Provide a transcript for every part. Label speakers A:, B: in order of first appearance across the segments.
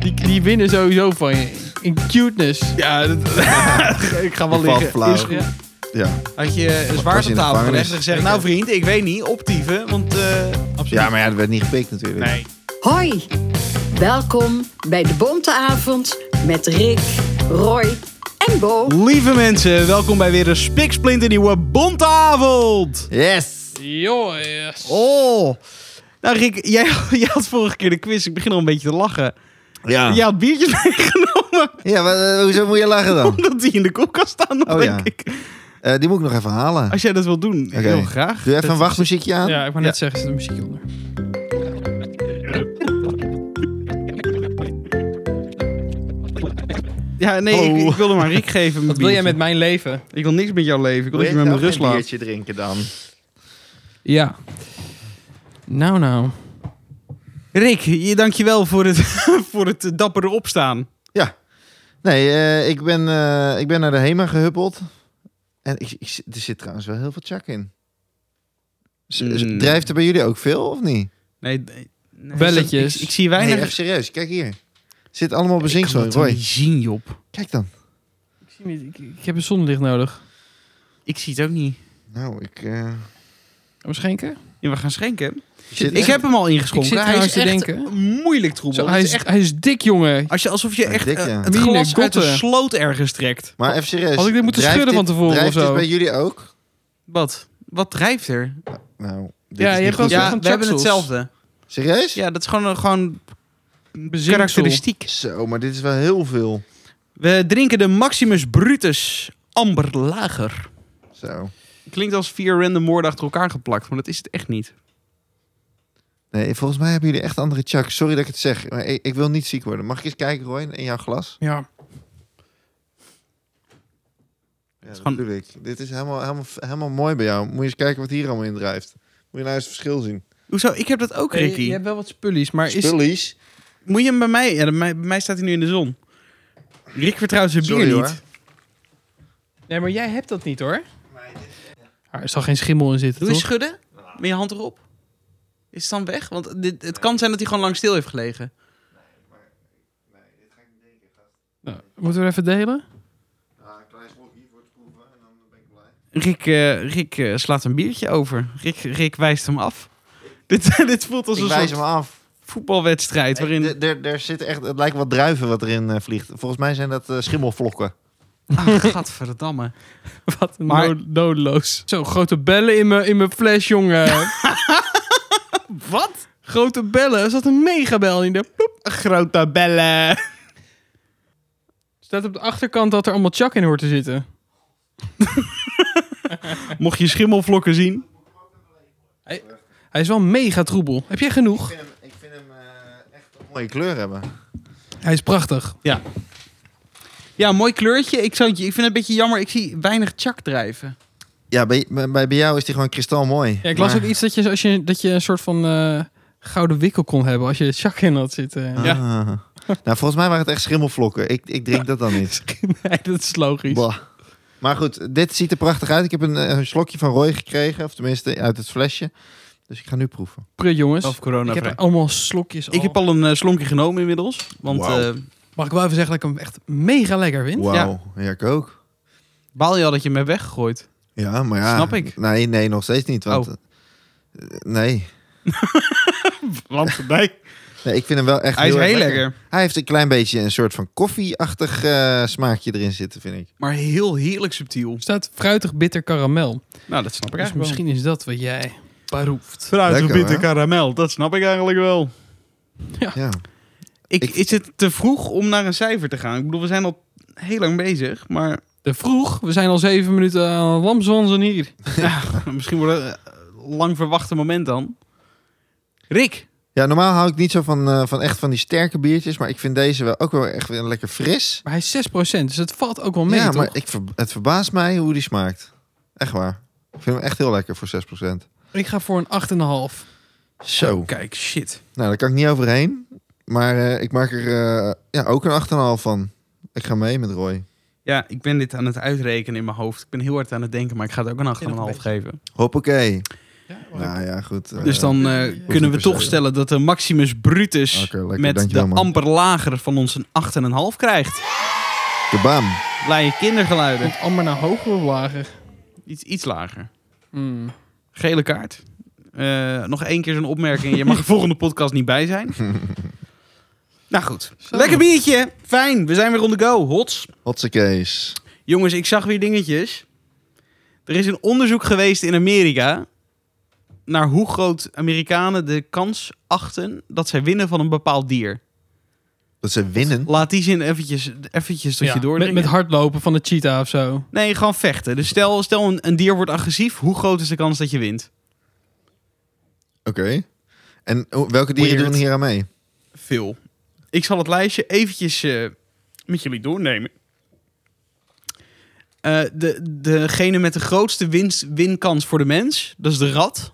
A: Die, die winnen sowieso van je. In cuteness.
B: Ja, dat, ik ga wel
C: Je valt
B: liggen.
C: flauw.
B: Is goed.
A: Ja.
C: Ja.
B: Had je een
C: was
B: zwaard
C: in
B: op
C: de
B: tafel gelegd
C: gevangenis.
B: en gezegd... Nou vriend, ik weet niet, optieven, want... eh, absoluut.
C: ja, maar ja, dat werd niet gepikt natuurlijk.
B: Nee.
D: Hoi, welkom bij de Bonte Avond met Rick, Roy en Bo.
B: Lieve mensen, welkom bij weer een spiksplinter nieuwe Bontavond.
C: Yes!
A: Jongens.
B: Oh. Nou Rick, jij, jij had vorige keer de quiz. Ik begin al een beetje te lachen.
C: Ja,
B: Jij had biertjes meegenomen.
C: ja maar, eh, hoezo moet je lachen dan?
B: Omdat die in de koelkast staan, nog,
C: Oh,
B: denk
C: ja.
B: ik.
C: Eh, die moet ik nog even halen.
B: Als jij dat wil doen,
C: Oké.
B: heel graag.
C: Doe even
B: Dat-
C: een wachtmuziekje aan.
A: Ja, ik wou net zeggen, zet de muziek onder.
B: Ja, nee,
C: Oh.
B: ik, ik wilde maar Rick geven.
A: Wat wil jij met mijn leven?
B: Ik wil niks met jou leven. Ik wil
C: Wil
B: dat
C: je
B: je met me
C: zelf
B: rust
C: geen
B: laat.
C: biertje drinken dan?
A: Ja. Nou, nou.
B: Rick, je, dankjewel voor het, voor het eh, dappere opstaan.
C: Nee, eh, ik, ben, eh, ik ben naar de HEMA gehuppeld. En ik, ik, er zit trouwens wel heel veel chak in. Z- z-
B: Mm.
C: Drijft er bij jullie ook veel, of niet?
B: Nee, nee, nee.
A: Belletjes.
B: Ik, ik zie
C: Nee,
B: weinig.
C: echt serieus. Kijk hier. Zit allemaal
B: ik kan
C: bezinksel in.
B: dat toch
C: Roy,
B: niet zien, Job.
C: kijk dan.
A: Ik, zie niet, ik, ik heb een zonnelicht nodig.
B: Ik zie het ook niet.
C: Nou, ik... eh,
A: Om schenken?
B: Ja, we gaan schenken.
C: zit
B: Ik
C: echt-
B: heb hem al
A: Ik zit
B: ingeschonken. Hij
A: trouwens
B: is
A: te
B: echt
A: denken.
B: moeilijk troebel.
A: Zo,
B: Het
A: hij,
B: is
A: is,
B: echt,
A: hij is dik, jongen.
B: als je alsof je
C: Hij is
B: echt
C: dik,
B: eh,
C: ja.
B: het
A: Mine
B: glas uit de
A: Gotte.
B: sloot ergens trekt.
C: Maar even serieus.
A: Had ik dit moeten
C: drijft
A: schudden van tevoren
C: drijft
A: of zo?
C: dit bij jullie ook?
B: Wat? Wat drijft er?
C: Nou, dit
A: Ja,
C: is
A: je
C: niet
A: hebt
C: goed.
A: wel-
C: hoor.
B: Ja,
A: van
B: we hebben
A: Chapsels.
B: hetzelfde.
C: Serieus?
B: Ja, dat is gewoon, gewoon
A: Bezinksel.
B: karakteristiek.
C: Zo, maar dit is wel heel veel.
B: We drinken de Maximus Brutus Amber Lager.
C: Zo.
B: Klinkt als vier random woorden achter elkaar geplakt, maar dat is het echt niet.
C: Nee, volgens mij hebben jullie echt andere chak. Sorry dat ik het zeg, maar ik, ik wil niet ziek worden. Mag ik eens kijken, Roy, in jouw glas?
A: Ja.
C: Ja,
B: gewoon-
C: natuurlijk. Dit is helemaal, helemaal, helemaal mooi bij jou. Moet je eens kijken wat hier allemaal in drijft. Moet je nou eens het verschil zien.
B: Hoezo? Ik heb dat ook,
A: Hey,
B: Ricky.
A: je hebt wel wat spullies, maar is...
C: Spullies.
B: Moet je hem bij mij? Ja, bij mij, bij mij staat hij nu in de zon. Rick vertrouwt zijn bier
C: Sorry,
B: niet.
C: hoor.
A: Nee, maar jij hebt dat niet, hoor. Ah, er zal geen schimmel in zitten,
B: Doe eens
A: toch?
B: schudden. Met je hand erop. Is het dan weg? Want dit, het kan zijn dat hij gewoon lang stil heeft gelegen.
A: Nou, moeten we even delen?
B: Rick, eh, Rick eh, slaat een biertje over. Rick, Rick wijst hem af. Dit, dit voelt als
C: Ik
B: een
C: wijs
B: soort
C: hem af. Eh,
B: voetbalwedstrijd. Waarin...
C: Er- Er er zit echt, het lijkt wel druiven wat erin eh, vliegt. Volgens mij zijn dat eh, schimmelvlokken.
B: Ah, gadverdamme.
A: Wat een
B: Maar-
A: nood- noodloos. Zo, grote bellen in mijn in mijn fles, jongen.
B: Wat?
A: grote bellen. Er zat een megabel in de...
B: Grote bellen.
A: staat op de achterkant dat er allemaal chak in hoort te zitten.
B: Mocht je schimmelvlokken zien.
A: Hij is wel mega troebel. Heb jij genoeg?
C: vind hem, ik vind hem eh, echt een mooie kleur hebben.
A: Hij is prachtig.
B: Ja, mooi kleurtje. Ik, zou het je, ik vind het een beetje jammer. Ik zie weinig chak drijven.
C: Ja, bij, bij, bij jou is die gewoon kristalmooi.
A: Ja, ik las
C: Maar-
A: ook iets dat je, als je, dat je een soort van eh, gouden wikkel kon hebben als je chak in had zitten.
C: Ah. Nou, volgens mij waren het echt schimmelvlokken. Ik, ik drink dat dan niet.
A: nee, dat is logisch.
C: Bah. Maar goed, dit ziet er prachtig uit. Ik heb een, eh, een slokje van Roy gekregen, of tenminste uit het flesje. Dus ik ga nu proeven.
A: Prut, jongens.
B: corona.
A: ik heb er allemaal slokjes al.
B: ik heb al een eh, slonkje genomen inmiddels. Want
C: Wauw.
B: eh,
A: Mag ik wel even zeggen dat ik hem echt mega lekker vind?
C: Wauw, ja. ik ook.
B: baal je al dat je hem hebt weggegooid?
C: Ja, maar ja.
B: Snap ik.
C: Nee, nee, nog steeds niet. Want, eh, nee.
B: Lampendijk.
C: nee, ik vind hem wel echt
B: Hij is
C: erg
B: heel lekker.
C: Hij heeft een klein beetje een soort van koffieachtig eh, smaakje erin zitten, vind ik.
B: Maar heel heerlijk subtiel.
A: Er staat fruitig bitter karamel.
B: Nou, dat snap ik
A: Dus
B: eigenlijk misschien...
A: misschien is dat wat jij beroeft.
B: wel.
C: Lekker, bitter hè?
B: karamel, dat snap ik eigenlijk wel.
C: Ja.
B: Ik,
C: Ik-
B: Is het te vroeg om naar een cijfer te gaan? Ik bedoel, we zijn al heel lang bezig. Maar
A: De vroeg. We zijn al zeven minuten aan lamzwanzen hier.
B: misschien wordt het een lang verwachte moment dan. Rick.
C: ja, normaal hou ik niet zo van, eh, van echt van die sterke biertjes. Maar ik vind deze wel ook wel echt weer lekker fris.
A: Maar hij is 6%, dus het valt ook wel mee,
C: ja,
A: toch?
C: maar ik, ver- het verbaast mij hoe die smaakt. Echt waar. Ik vind hem echt heel lekker voor 6%.
A: Ik ga voor een 8,5.
C: Zo.
B: Kijk, shit.
C: Nou, daar kan ik niet overheen. Maar eh, ik maak er eh, ja, ook een 8,5 van. Ik ga mee met Roy.
B: Ja, ik ben dit aan het uitrekenen in mijn hoofd. Ik ben heel hard aan het denken, maar ik ga het ook
A: Ja, nog
B: een
A: een
B: 8,5 geven.
C: Hoppakee.
A: Ja,
C: Nou ja, goed. eh,
B: Dus dan eh, kunnen we
C: per
B: toch
C: se.
B: stellen dat de Maximus Brutus
C: Oké, lekker,
B: met de
C: dankjewel, man.
B: amper lager van ons een 8,5 krijgt.
C: Kabaam.
B: Blije kindergeluiden.
A: Komt amper naar hoger of lager?
B: Iets, iets lager.
A: Hmm.
B: Gele kaart. Eh, nog één keer zo'n opmerking. Je mag de volgende podcast niet bij zijn. nou goed.
A: Zo.
B: Lekker biertje. Fijn. We zijn weer on the go. Hots.
C: Hotse Kees.
B: Jongens, ik zag weer dingetjes. Er is een onderzoek geweest in Amerika naar hoe groot Amerikanen de kans achten dat zij winnen van een bepaald dier.
C: Dat ze winnen.
B: Laat die zin eventjes, eventjes tot je
A: Ja, met,
B: doordringen.
A: met hardlopen van de cheetah of zo.
B: Nee, gewoon vechten. Dus stel, stel een, een dier wordt agressief, hoe groot is de kans dat je wint?
C: Oké. En oh, welke dieren
B: Weird.
C: doen hier aan mee?
B: Veel. Ik zal het lijstje eventjes eh, met jullie doornemen. Eh, de, degene met de grootste winst, winkans voor de mens, dat is de rat.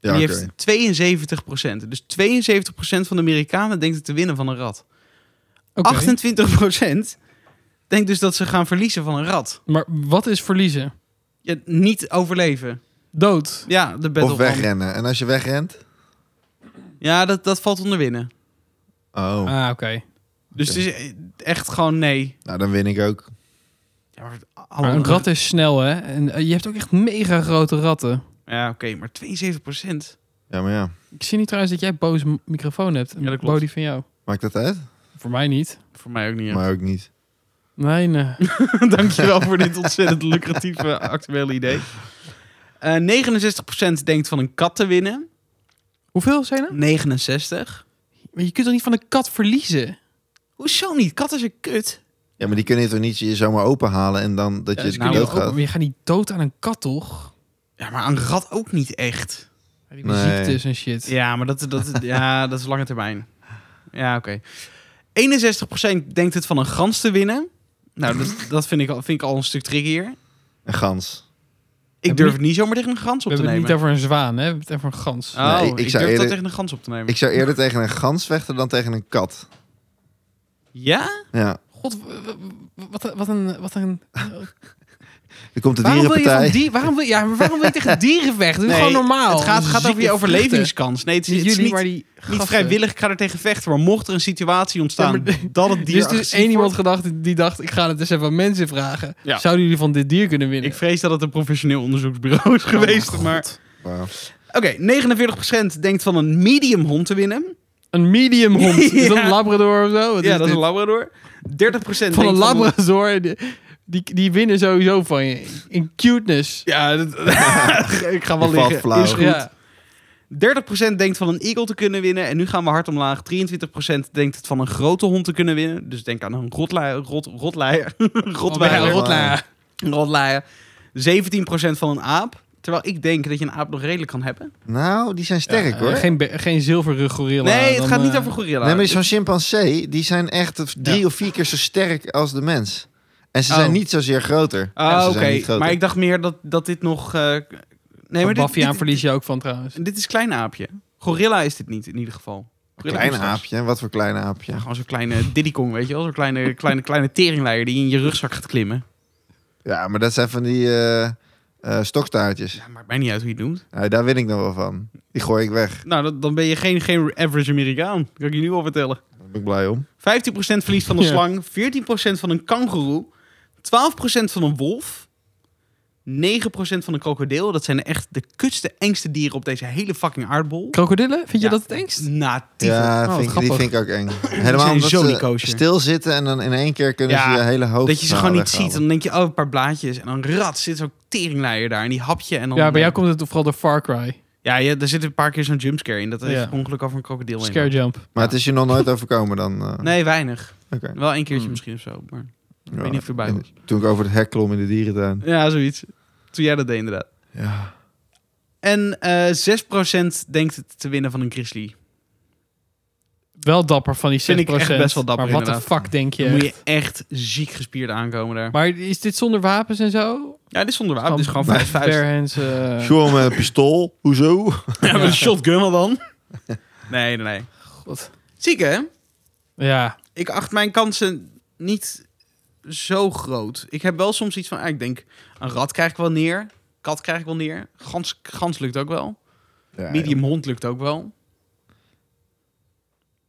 C: Ja,
B: die
C: oké.
B: heeft 72 Dus 72 van de Amerikanen denkt het te winnen van een rat.
A: Oké.
B: 28 denkt dus dat ze gaan verliezen van een rat.
A: Maar wat is verliezen?
B: Ja, niet overleven.
A: Dood.
B: Ja, de battle
C: Of wegrennen. En als je wegrent?
B: Ja, dat, dat valt onder winnen.
C: Oh,
A: Ah, oké.
B: Dus
C: Oké.
B: het is echt gewoon nee.
C: nou dan win ik ook.
B: Ja, maar,
A: Maar een rat is snel, hè? En eh, je hebt ook echt mega grote ratten.
B: Ja, oké, maar 72
C: Ja, maar ja.
A: Ik zie niet trouwens dat jij boos m- microfoon hebt.
B: Ja, dat klopt.
A: Body van jou.
C: Maakt dat uit?
A: Voor mij niet. eh,
B: Voor mij ook niet.
C: Maar ook niet.
A: Nee, nee.
B: Dankjewel voor dit ontzettend lucratieve actuele idee. Eh 69 denkt van een kat te winnen.
A: Hoeveel zijn er?
B: 69.
A: Maar je kunt toch niet van een kat verliezen?
B: Hoezo niet? Kat is een kut.
C: Ja, maar die kunnen je toch niet je zomaar openhalen en dan dat je
A: Ja,
C: het
A: nou,
C: dood
A: ook,
C: gaat?
A: maar je gaat niet dood aan een kat, toch?
B: Ja, maar een rat ook niet echt.
A: Die
C: Nee.
A: ziektes en shit.
B: Ja, maar dat, dat, ja, dat is lange termijn. Ja, oké. 61% denkt het van een gans te winnen. Nou, dat, dat vind, ik al, vind ik al een stuk trickier.
C: Een gans.
B: Ik
A: Hebben
B: durf
A: we-
B: het niet zomaar tegen een gans
A: We
B: op te
A: hebben het
B: nemen.
A: niet over een zwaan, hè? We hebben het over een gans.
B: Oh,
C: Nee,
B: ik,
C: ik- ik
B: durf
C: zou
B: dat
C: eerder-
B: tegen een gans op te nemen.
C: Ik zou eerder tegen een gans vechten dan tegen een kat.
B: Ja?
C: Ja.
A: God, w- w- wat, een- wat een... Wat een
C: Er komt de
A: waarom wil je
C: dierenpartij.
A: van die, waarom wil, ja, maar waarom wil je tegen dieren weg? Doe
B: Nee,
A: gewoon normaal.
B: Nou, Het gaat, gaat over je overlevingskans. Nee, het is,
A: Jullie,
B: het is
A: maar
B: niet,
A: die
B: niet
A: gasten.
B: vrijwillig. Ik ga er tegen vechten. Maar mocht er een situatie ontstaan
A: Ja, maar-
B: dat het
A: Dus
B: dier
A: er is
B: agressief
A: één iemand
B: wordt-
A: gedacht die dacht, ik ga het eens even aan mensen vragen.
B: Ja.
A: Zouden jullie van dit dier kunnen winnen?
B: Ik vrees dat het een professioneel onderzoeksbureau is geweest. maar...
C: Wauw.
B: Oké, 49% denkt van een medium hond te winnen. Dus
A: Een medium hond. Is dat
B: Ja.
A: een labrador of zo? Wat
B: ja, dat
A: dit?
B: is een labrador. 30% denkt
A: Van een labrador, die, die, die winnen sowieso van je. In cuteness.
B: Ja, dat- ik ga wel
C: Je valt
B: liggen.
C: flauw.
B: Is goed.
A: Ja.
B: 30% denkt van een eagle te kunnen winnen. En nu gaan we hard omlaag. 23% denkt het van een grote hond te kunnen winnen. Dus denk aan een rotlei- rot, rotleier.
A: Oh, ja,
B: rotleier.
A: rotlaar.
B: Rotleier. 17% van een aap. Terwijl ik denk dat je een aap nog redelijk kan hebben.
C: Nou, die zijn sterk
A: Eh,
C: hoor.
A: geen, be- geen zilverrug gorilla.
B: nee, het
A: dan,
B: gaat niet
A: eh,
B: over gorilla.
C: Nee, maar zo'n chimpansee, die zijn echt drie
A: Ja.
C: of vier keer zo sterk als de mens. En ze
B: Oh.
C: zijn niet zozeer groter.
B: Ah,
C: Ja, ze
B: oké.
C: zijn niet groter.
B: Maar ik dacht meer dat, dat dit nog... eh, nee, maar
A: Van
B: dit,
A: Baffiaan
B: dit-
A: verlies je ook van trouwens.
B: dit is klein aapje. Gorilla is dit niet, in ieder geval. Gorilla
C: Klein
B: komt straks.
C: aapje, wat voor klein aapje.
B: Ja, gewoon zo'n kleine diddycong, weet je wel? Zo'n kleine, kleine, kleine teringleier die in je rugzak gaat klimmen.
C: Ja, maar dat zijn van die eh, eh, stokstaartjes.
B: Ja, maakt mij niet uit hoe je het noemt.
C: Nou, daar win ik nog wel van. Die gooi ik weg.
B: Nou, dat- dan ben je geen, geen average Amerikaan. Dat kan ik je nu al vertellen.
C: Daar ben ik blij om.
B: 15% verlies van een
A: Ja.
B: slang, 14% van een kangoeroe, 12% van een wolf, 9% van een krokodil. Dat zijn echt de kutste, engste dieren op deze hele fucking aardbol.
A: Krokodillen? Vind je
B: Ja.
A: dat het engst?
B: Na
C: Ja,
A: Oh,
C: vind, ik- die
A: grappig.
C: vind ik ook eng. Helemaal
B: zijn
C: omdat
B: zo niet
C: ze
B: kosher.
C: stilzitten en dan in één keer kunnen
B: Ja,
C: ze je hele hoofd...
B: Dat je ze gewoon niet ziet.
C: weghalen.
B: Dan denk je, oh, een paar blaadjes. En dan rat, zit zo'n teringleier daar. En die hapje. En dan,
A: Ja, bij jou komt het vooral door Far Cry.
B: Ja, ja, daar zit een paar keer zo'n jumpscare in. Dat is
A: Ja.
B: ongeluk ongeluk over een krokodil in.
A: Scare jump.
C: Maar het is je nog nooit overkomen dan. eh?
B: Nee, weinig.
C: Oké.
B: Wel een keertje
A: Hmm.
B: misschien of zo. Maar ik
C: Ja,
B: weet niet of ik erbij
C: en
B: was.
C: Toen ik over het hek klom in de dierentuin.
B: Ja, zoiets. Toen jij dat deed inderdaad.
C: Ja.
B: En eh 6% denkt het te winnen van een grizzly.
A: Wel dapper van die 6%.
B: Vind ik echt best wel dapper,
A: Maar wat de
B: inderdaad.
A: fuck denk
B: Dan moet
A: je?
B: je echt ziek gespierd aankomen daar.
A: Maar is dit zonder wapens en zo?
B: Ja, dit is zonder wapen. Ah, Dit is gewoon
A: vijf
B: vijf vuist.
A: eh,
C: Sjoel met een pistool. Hoezo?
B: Ja, met een shotgun al dan. Nee, nee, nee.
A: God.
B: Ziek, hè?
A: Ja.
B: Ik acht mijn kansen niet zo groot. Ik heb wel soms iets van, ah, ik denk, een rat krijg ik wel neer. Kat krijg ik wel neer. Gans, gans lukt ook wel.
C: Ja,
B: Medium hond lukt ook wel.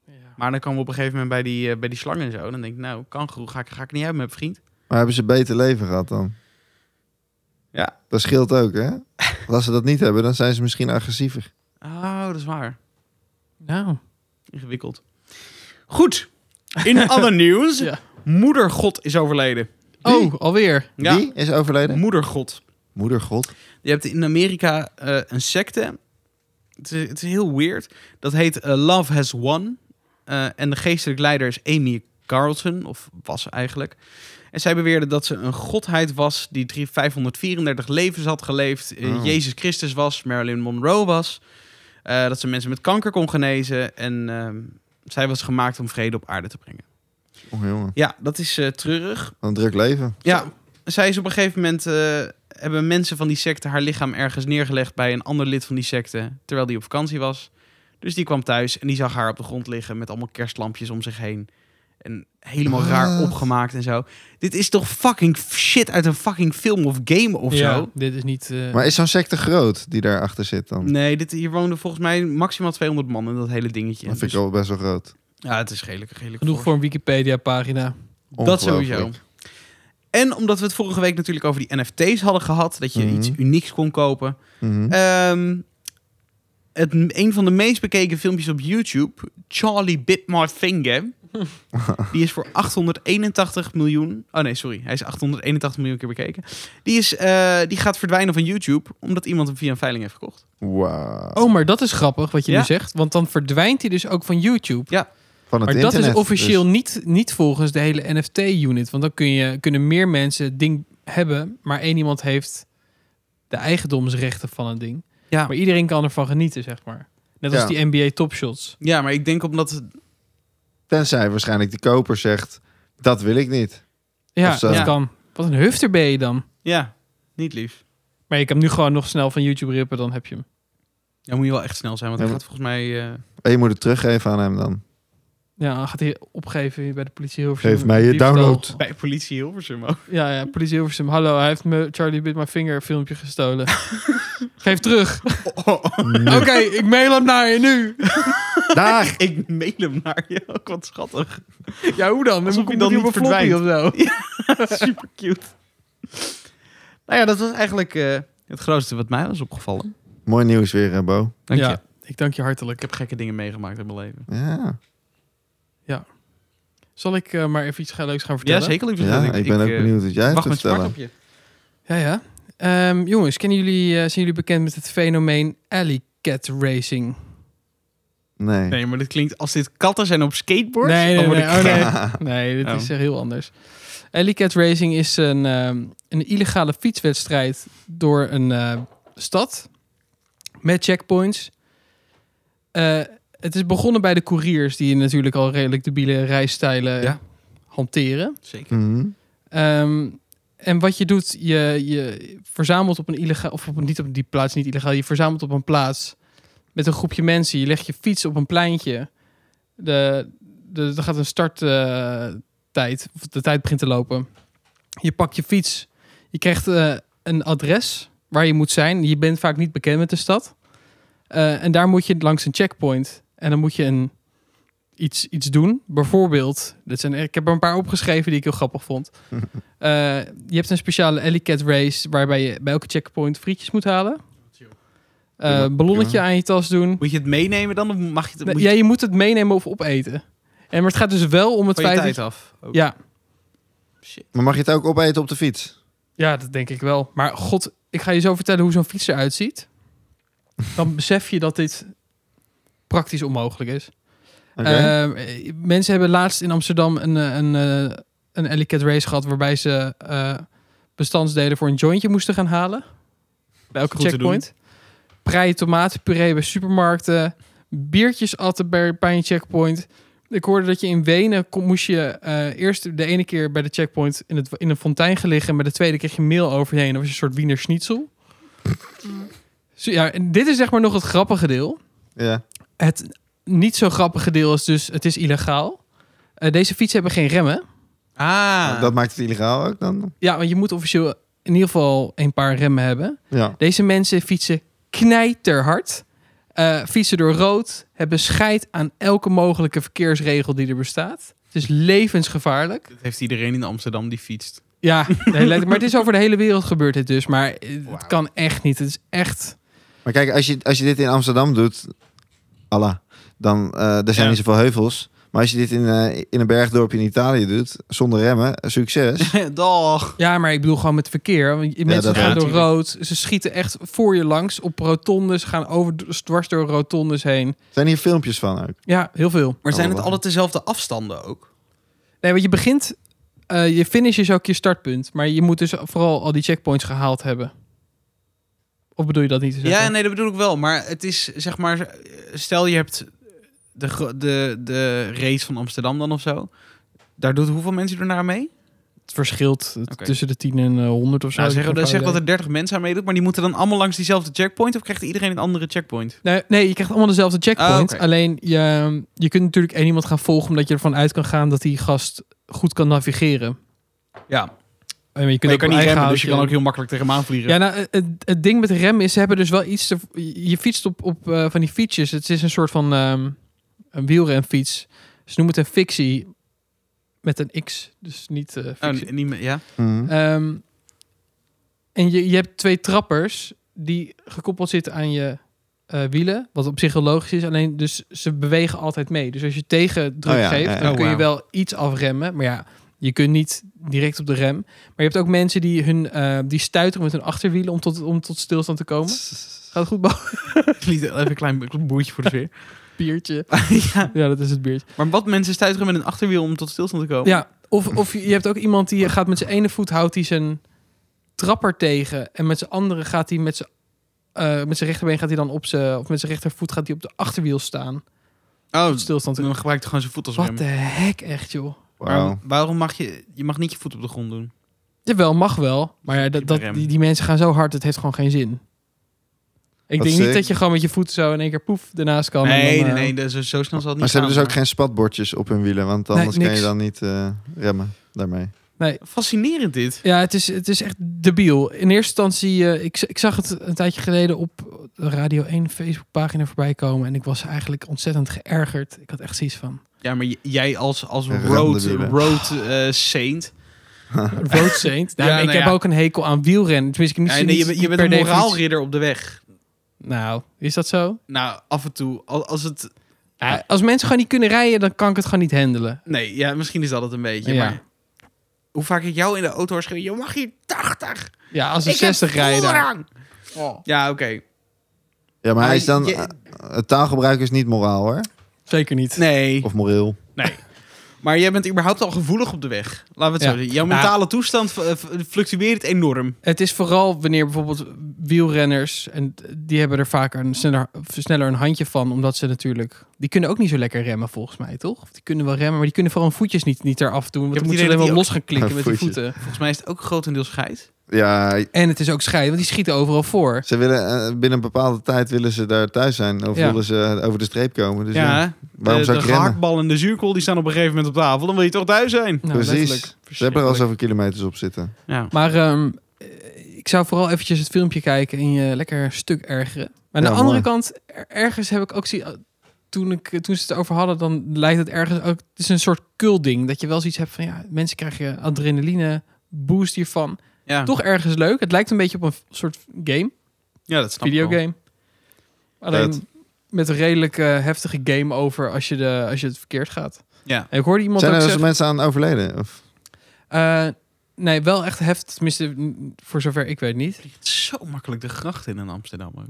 A: Ja.
B: Maar dan komen we op een gegeven moment bij die, eh, bij die slang en zo. Dan denk ik, nou, kangoeroe ga ik, ga ik niet hebben met mijn vriend.
C: joh. Maar hebben ze een beter leven gehad dan?
B: Ja.
C: Dat scheelt ook, hè? Want als ze dat niet hebben, dan zijn ze misschien agressiever.
B: Oh, dat is waar.
A: Nou,
B: Ingewikkeld. Goed. In ander nieuws.
A: Ja.
B: Moedergod is overleden.
A: oh, alweer.
B: Ja.
C: Die is overleden?
B: Moedergod.
C: Moeder God.
B: Je hebt in Amerika eh, een secte. Het is, het is heel weird. Dat heet eh, Love Has Won. Eh, en de geestelijk leider is Amy Carlson, of was ze eigenlijk. En zij beweerde dat ze een godheid was die drie- 534 levens had geleefd. eh,
C: Oh.
B: Jezus Christus was, Marilyn Monroe was. Eh, dat ze mensen met kanker kon genezen. En ehm, zij was gemaakt om vrede op aarde te brengen.
C: Oh, jongen.
B: Ja, dat is eh, treurig.
C: Wat een druk leven.
B: Ja, zij is op een gegeven moment. eh, hebben mensen van die secte haar lichaam ergens neergelegd bij een ander lid van die secte. Terwijl die op vakantie was. Dus die kwam thuis en die zag haar op de grond liggen met allemaal kerstlampjes om zich heen. En helemaal raar
C: Wat?
B: opgemaakt en zo. Dit is toch fucking shit uit een fucking film of game of
A: Ja,
B: zo?
A: Dit is niet... eh,
C: Maar is zo'n secte groot die daarachter zit dan?
B: Nee, dit, hier woonden volgens mij maximaal 200 man in dat hele dingetje.
C: dat
B: Dus-
C: vind ik al best wel groot.
B: Ja, het is redelijk, redelijk
A: Genoeg
B: fors.
A: voor een Wikipedia-pagina.
B: Dat sowieso.
C: Ongelooflijk.
B: En omdat we het vorige week natuurlijk over die NFT's hadden gehad, dat je
C: Mhm.
B: iets unieks kon kopen.
C: Mhm.
B: Ehm, het, een van de meest bekeken filmpjes op YouTube, Charlie Bit My Finger. Die is voor 881 miljoen. Oh nee, sorry. Hij is 881 miljoen keer bekeken. Die, is, eh, die gaat verdwijnen van YouTube omdat iemand hem via een veiling heeft gekocht.
C: Wauw.
A: Oh, maar dat is grappig wat je
B: Ja.
A: nu zegt. Want dan verdwijnt hij dus ook van YouTube.
C: Van het
A: Maar dat
C: internet.
A: is officieel
C: dus.
A: niet, niet volgens de hele NFT-unit. Want dan kun je, kunnen meer mensen het ding hebben. Maar één iemand heeft de eigendomsrechten van een ding.
B: Ja.
A: Maar iedereen kan ervan genieten, zeg maar. Net als
C: Ja.
A: die NBA topshots.
B: Ja, maar ik denk omdat...
C: Tenzij waarschijnlijk die koper zegt, dat wil ik niet.
A: Ja,
C: Of zo.
A: dat
B: Ja.
A: kan. Wat een hufter ben je dan.
B: Ja, niet lief.
A: Maar je kan hem nu gewoon nog snel van YouTube rippen, dan heb je hem.
B: Dan moet je wel echt snel zijn, want hij
C: Ja,
B: gaat volgens mij... eh,
C: En je moet het teruggeven aan hem dan.
A: Ja, dan gaat hij opgeven hier bij de politie Hilversum.
C: Geef mij je
A: Diefstal.
C: download.
B: bij politie Hilversum ook.
A: Ja, ja, politie Hilversum. Hallo, hij heeft me Charlie Bit My Finger filmpje gestolen. Geef terug. Oké, ik mail hem naar je nu.
C: Daar!
B: Ik mail hem naar je ook, wat schattig.
A: Ja, hoe dan?
B: Alsof
A: moet
B: hij dan
A: moet
B: niet
A: op een floppy Of zo.
B: Super cute. Nou ja, dat was eigenlijk eh, het grootste wat mij was opgevallen.
C: Mooi nieuws weer, hè, Bo.
B: Dank
A: ja,
B: je.
A: ik dank je hartelijk.
B: Ik heb gekke dingen meegemaakt in mijn leven.
C: Ja,
A: Zal ik eh, maar even iets ga- leuks gaan
B: Ja,
A: vertellen?
B: zeker. liefde.
C: ja
B: Dat
C: ik ben ook
B: eh,
C: benieuwd wat jij hebt
B: Wacht
C: te
B: met smaak
C: vertellen.
B: op je.
A: Ja, ja. Ehm, jongens, kennen jullie, eh, zijn jullie bekend met het fenomeen alley cat racing?
C: Nee.
B: Nee, maar dit klinkt... Als dit katten zijn op skateboards,
A: Nee, nee,
B: dan word
A: nee.
B: ik
A: Oh,
B: gek.
A: nee. Nee, dit
B: Oh.
A: is echt heel anders. Alley Cat Racing is een, ehm, een illegale fietswedstrijd door een eh, stad met checkpoints. Eh, het is begonnen bij de couriers, die natuurlijk al redelijk debiele reisstijlen
B: Ja.
A: hanteren.
B: Zeker.
C: Mhm.
A: Ehm, en wat je doet, je, je verzamelt op een illegaal, of op, een- niet op die plaats, niet illegaal, je verzamelt op een plaats met een groepje mensen. Je legt je fiets op een pleintje. De, de, er gaat een starttijd, of de tijd begint te lopen. Je pakt je fiets, je krijgt eh, een adres waar je moet zijn. Je bent vaak niet bekend met de stad. Eh, en daar moet je langs een checkpoint. En dan moet je een, iets, iets doen. Bijvoorbeeld, dit zijn, ik heb er een paar opgeschreven die ik heel grappig vond. Eh, je hebt een speciale alley cat race waarbij je bij elke checkpoint frietjes moet halen. Eh ballonnetje aan je tas doen.
B: Moet je het meenemen dan? Of mag je het,
A: Nee,
B: moet je
A: ja, je moet het meenemen of opeten. En maar het gaat dus wel om het
B: van je
A: feit
B: tijd
A: dat
B: af? Oh. Ook.
A: ja,
B: Shit.
C: Maar mag je het ook opeten op de fiets?
A: ja, dat denk ik wel. Maar god, ik ga je zo vertellen hoe zo'n fiets eruit ziet. Dan besef je dat dit praktisch onmogelijk is.
C: Oké.
A: Eh, mensen hebben laatst in Amsterdam een, eh, een, eh, een alley cat race gehad... waarbij ze eh, bestandsdelen voor een jointje moesten gaan halen. Bij elke
B: Goed te
A: checkpoint. Praaien tomatenpuree bij supermarkten. Biertjes atten bij, bij een checkpoint. Ik hoorde dat je in Wenen kon, moest je eh, eerst de ene keer bij de checkpoint in, het, in een fontein gaan liggen. Maar de tweede kreeg je mail over je heen. Dat was een soort Wiener schnitzel. Zo, ja, en dit is zeg maar nog het grappige deel
C: ja.
A: het niet zo grappige deel is dus, het is illegaal. Eh, deze fietsen hebben geen remmen.
B: Ah.
C: Dat maakt het illegaal ook dan?
A: Ja, want je moet officieel in ieder geval een paar remmen hebben.
C: Ja.
A: Deze mensen fietsen knijterhard. eh fietsen door rood. Hebben scheid aan elke mogelijke verkeersregel die er bestaat. Het is levensgevaarlijk.
B: Dat heeft iedereen in Amsterdam die fietst.
A: Ja, nee, letterlijk. maar het is over de hele wereld gebeurd dit dus. Maar eh, het
B: Wauw.
A: kan echt niet. Het is echt...
C: Maar kijk, als je, als je dit in Amsterdam doet, Allah, dan eh er zijn
B: Ja.
C: niet zoveel heuvels. Maar als je dit in, eh, in een bergdorp in Italië doet, zonder remmen, succes.
B: Dag.
A: Ja, maar ik bedoel gewoon met verkeer. Want je- mensen
C: dat-
A: gaan
B: ja,
A: door
B: tuurlijk.
A: rood. Ze schieten echt voor je langs op rotondes. Gaan over, dwars door rotondes heen.
C: zijn hier filmpjes van ook?
A: Ja, heel veel.
B: Maar zijn
C: Oh,
B: het
C: wow.
B: altijd dezelfde afstanden ook?
A: Nee, want je begint... eh, je finish is ook je startpunt. Maar je moet dus vooral al die checkpoints gehaald hebben. Of bedoel je dat niet te zeggen?
B: Ja, nee, dat bedoel ik wel. Maar het is zeg maar, eh, stel je hebt de, gro- de, de race van Amsterdam dan of zo. Daar doet hoeveel mensen er naar mee?
A: Het verschilt eh,
B: Oké.
A: tussen de 10 en eh, 100 of zo.
B: Nou,
A: Ik eh,
B: zeg,
A: heb geen
B: zeg dat
A: flauw
B: er 30 mensen aan meedoet, maar die moeten dan allemaal langs diezelfde checkpoint of krijgt iedereen een andere checkpoint?
A: Nee, nee, je krijgt allemaal dezelfde checkpoint.
B: Ah, oké.
A: Alleen je, je kunt natuurlijk één iemand gaan volgen, omdat je ervan uit kan gaan dat die gast goed kan navigeren.
B: Ja, maar
A: En je
B: je,
A: kunt ook
B: kan
A: op
B: niet
A: eigen
B: remmen, dus je
A: houtje-
B: kan ook heel makkelijk tegen hem aanvliegen.
A: Ja, nou, het, het ding met remmen is, ze hebben dus wel iets. Te, je fietst op, op eh, van die fietsjes. Het is een soort van ehm een wielrenfiets. Ze noemen het een fictie met een X, dus niet eh,
B: Oh,
A: fictie.
B: n- niet meer, ja.
C: Mhm.
A: Ehm, en je, je hebt twee trappers die gekoppeld zitten aan je eh, wielen. Wat op zich heel logisch is. Alleen dus ze bewegen altijd mee. Dus als je tegen druk
C: Oh ja,
A: geeft,
C: ja, ja.
A: dan
B: Oh,
A: kun je
B: wauw.
A: wel iets afremmen. Maar ja, je kunt niet direct op de rem. Maar je hebt ook mensen die, hun, eh, die stuiteren met hun achterwielen om tot, om tot stilstand te komen. Gaat het goed, Bo?
B: Liet Even een klein boertje voor de sfeer.
A: Biertje.
B: ja.
A: Ja, dat is het biertje.
B: Maar wat mensen stuiteren met een achterwiel om tot stilstand te komen?
A: Ja, of, of je je hebt ook iemand die gaat met zijn ene voet houdt hij zijn trapper tegen. En met zijn andere gaat hij met zijn, eh, met zijn rechterbeen gaat hij dan op zijn. Of met zijn rechtervoet gaat hij op de achterwiel staan.
B: Oh,
A: Stilstand.
B: dan gebruikt hij gewoon zijn voet als
A: Wat
B: rem.
A: de hek echt, joh.
C: Wauw.
B: Waarom mag je... Je mag niet je voet op de grond doen.
A: Jawel, mag wel. Maar ja, dat, dat,
B: Rem.
A: die, die mensen gaan zo hard, het heeft gewoon geen zin. Ik
C: Wat
A: denk
C: sick.
A: niet dat je gewoon met je voeten zo in één keer poef ernaast kan. en
B: nee,
A: dan,
B: nee,
A: eh,
B: nee, dat is- Zo snel zal het
C: Maar
B: niet
C: ze hebben dus ook
B: gaan,
C: geen spatbordjes op hun wielen, want anders kan je
A: niks.
C: dan niet eh, remmen daarmee.
B: maar- Fascinerend dit.
A: Ja, het is, het is echt debiel. In eerste instantie, eh, ik, z- ik zag het een tijdje geleden op de Radio 1 Facebookpagina voorbij komen. En ik was eigenlijk ontzettend geërgerd. Ik had echt zoiets van...
B: Ja, maar j- jij als, als
C: Een
B: road,
C: randewielen.
B: road eh, saint...
A: Road Saint. Nou,
B: Ja,
A: maar ik
B: nou
A: heb
B: ja.
A: ook een hekel aan wielrennen. Tenminste, ik niet,
B: Ja, nee, je,
A: niet
B: bent- je bent
A: per
B: een
A: definitie-
B: moraalridder op de weg.
A: Nou, is dat zo?
B: Nou, af en toe. al- Als het...
A: Ja, als mensen gewoon niet kunnen rijden, dan kan ik het gewoon niet handelen.
B: Nee, ja, misschien is dat het een beetje.
A: Ja.
B: Maar hoe vaak ik jou in de auto hoor schreeuwen... Je mag hier 80!
A: Ja, als
B: Ik
A: ze
B: heb
A: 60 rijden.
B: voorrang! Ja, oké.
C: Ja, maar
B: Maar
C: hij is dan,
B: je-
C: eh, het taalgebruik is niet moraal hoor.
A: Zeker niet.
B: Nee.
C: Of moreel.
B: Nee. Maar jij bent überhaupt al gevoelig op de weg. Laten we het
A: Ja.
B: zo zeggen. Jouw
A: Nou.
B: mentale toestand eh, v- fluctueert enorm.
A: Het is vooral wanneer bijvoorbeeld wielrenners, en die hebben er vaker een sneller, sneller een handje van, omdat ze natuurlijk, die kunnen ook niet zo lekker remmen volgens mij, toch? Of Die kunnen wel remmen, maar die kunnen vooral hun voetjes niet, niet eraf doen, want
B: Ik
A: dan moeten
B: heb
A: ze
B: het
A: alleen maar
B: idee
A: los gaan klikken met die
C: Voetjes.
A: voeten.
B: Volgens mij is het ook grotendeels scheid.
C: Ja,
A: En het is ook scheiden, want die schieten overal voor.
C: ze willen, eh, binnen een bepaalde tijd willen ze daar thuis zijn. Of
A: Ja.
C: willen ze eh, over de streep komen. Dus ja,
B: ja.
C: waarom
B: de,
C: zou ik
B: de
C: remmen?
B: gehaktbal en de zuurkool die staan op een gegeven moment op tafel. Dan wil je toch thuis zijn.
A: Nou,
C: Precies.
A: letterlijk.
C: Ze hebben er al zoveel kilometers op zitten.
B: Ja.
A: Maar ehm, eh, ik zou vooral eventjes het filmpje kijken en je lekker een stuk ergeren. Maar aan
C: Ja,
A: de andere
C: mooi.
A: kant, er- ergens heb ik ook zie, toen, ik, toen ze het over hadden, dan lijkt het ergens ook. Het is een soort kulding. Dat je wel zoiets hebt van ja, mensen krijgen adrenaline boost hiervan.
B: Ja.
A: Toch ergens leuk. Het lijkt een beetje op een v- soort game,
B: ja, dat snap ik wel.
A: videogame. Alleen
C: Vet.
A: met een redelijk eh, heftige game over als je, de, als je het verkeerd gaat.
B: Ja.
A: En ik hoorde iemand
C: Zijn
A: ook
C: er dus
A: zeggen-
C: mensen aan overleden? Of?
A: eh, nee, wel echt heftig. Tenminste, n- voor zover ik weet niet.
B: Het is Zo makkelijk de gracht in in Amsterdam ook.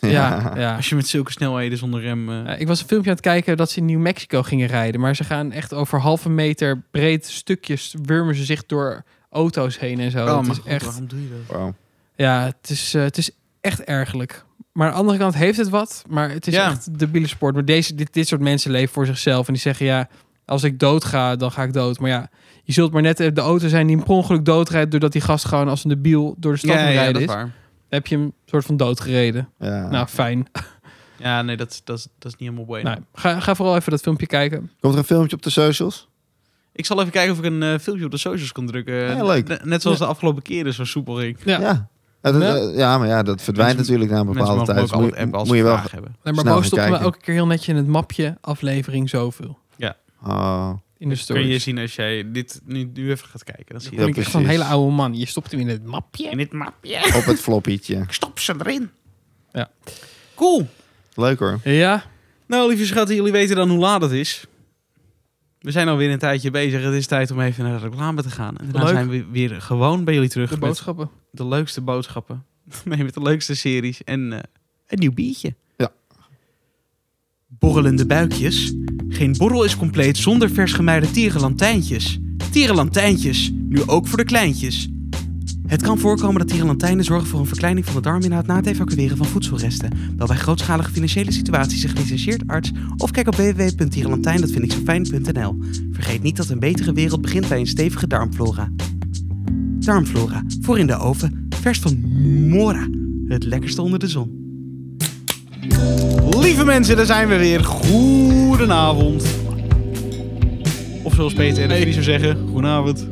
A: Ja, ja.
B: Als je met zulke snelheden zonder rem... eh,
A: Ja, ik was een filmpje aan het kijken dat ze in New Mexico gingen rijden. Maar ze gaan echt over halve meter breed stukjes wurmen ze zich door auto's heen en zo.
B: oh,
A: het
B: maar
A: is
B: God,
A: echt,
B: waarom doe je dat?
C: Wauw.
A: ja, het is, eh, het is echt ergelijk. Maar aan de andere kant heeft het wat. Maar het is
B: Ja.
A: echt de biele sport. Maar deze, dit, dit soort mensen leven voor zichzelf. En die zeggen ja, als ik dood ga, dan ga ik dood. Maar ja, je zult maar net eh, de auto zijn die hem per ongeluk doodrijdt. Doordat die gast gewoon als een debiel door de stad aan het rijden is.
B: waar.
A: Dan heb je hem soort van doodgereden.
C: Ja.
A: Nou, fijn.
B: Ja, nee, dat, dat, dat is niet helemaal bueno.
A: Nou, ga, ga vooral even dat filmpje kijken.
C: Komt er een filmpje op de socials?
B: Ik zal even kijken of ik een eh, filmpje op de socials kan drukken.
C: Ja, leuk.
B: Net, net zoals
A: Ja.
B: de afgelopen keren zo soepel ging.
A: Ja.
C: Ja. Ja, dat-
A: Ja.
C: eh, ja, maar ja, dat verdwijnt
B: Mensen-
C: natuurlijk na een
B: Mensen
C: bepaalde
B: mogen
C: tijd.
B: ook altijd
C: moet,
B: appen als
C: moet
B: ze
C: je wel...
B: vraag hebben.
A: Nee, maar
C: Snel gaan
A: Bo stoppen we
C: kijken.
A: elke keer heel netjes in het mapje aflevering zoveel.
C: Oh,
A: In de
B: Kun je
A: stories.
B: zien als jij dit nu, nu even gaat kijken. Dan zie je
A: Dan
C: Ja,
A: ben ik echt zo'n
C: precies.
A: hele oude man. Je stopt hem in het mapje.
B: in dit mapje.
C: op het floppietje.
B: Ik stop ze erin.
A: Ja.
B: Cool.
C: Leuk hoor.
A: Ja,
B: Nou, lieve schatten, jullie weten dan hoe laat het is. We zijn alweer een tijdje bezig. Het is tijd om even naar de reclame te gaan. En daarna
A: Leuk.
B: zijn we weer gewoon bij jullie terug
A: de
B: met
A: boodschappen.
B: de leukste boodschappen. Nee, met de leukste series en eh, een nieuw biertje.
C: Ja.
B: Borrelende buikjes. Geen borrel is compleet zonder vers gemijde tierenlantijntjes. Tierenlantijntjes, nu ook voor de kleintjes. Het kan voorkomen dat tierenlantijnen zorgen voor een verkleining van de darminhoud na het evacueren van voedselresten. Wel bij grootschalige financiële situaties een gelicenseerd arts of kijk op www.tierenlantijn, dat vind ik zo fijn.nl. Vergeet niet dat een betere wereld begint bij een stevige darmflora. Darmflora, voor in de oven, vers van Mora. Het lekkerste onder de zon. Lieve mensen, daar zijn we weer. Goedenavond. Of zoals Peter en de Vries zou zeggen, goedenavond.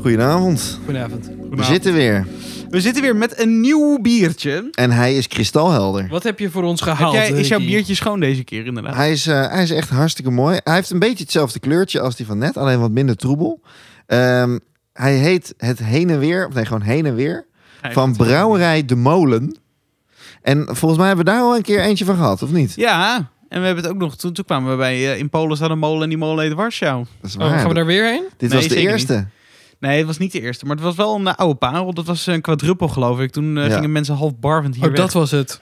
C: Goedenavond.
A: Goedenavond.
C: We zitten weer.
B: we zitten weer met een nieuw biertje.
C: En hij is kristalhelder.
A: Wat heb je voor ons
B: Heb
A: gehaald?
B: jij, is jouw
A: Ricky?
B: biertje schoon deze keer inderdaad?
C: Hij is, eh, hij is echt hartstikke mooi. Hij heeft een beetje hetzelfde kleurtje als die van net, alleen wat minder troebel. Ehm, hij heet het heen en weer, of nee, gewoon heen en weer, van Brouwerij De Molen. En volgens mij hebben we daar al een keer eentje van gehad, of niet?
B: Ja, en we hebben het ook nog, toen, toen kwamen we bij, eh, in Polen staan een molen en die molen heet Warschau.
C: Ah, Dat is
A: Oh,
C: waar.
A: gaan we daar weer heen?
C: Dit
B: Nee,
C: was de
B: zeker
C: eerste.
B: Nee, het was niet de eerste, maar het was wel een eh, oude parel. Dat was een quadruppel geloof ik. Toen eh,
C: Ja.
B: gingen mensen half barvend hier
A: Oh, dat was het.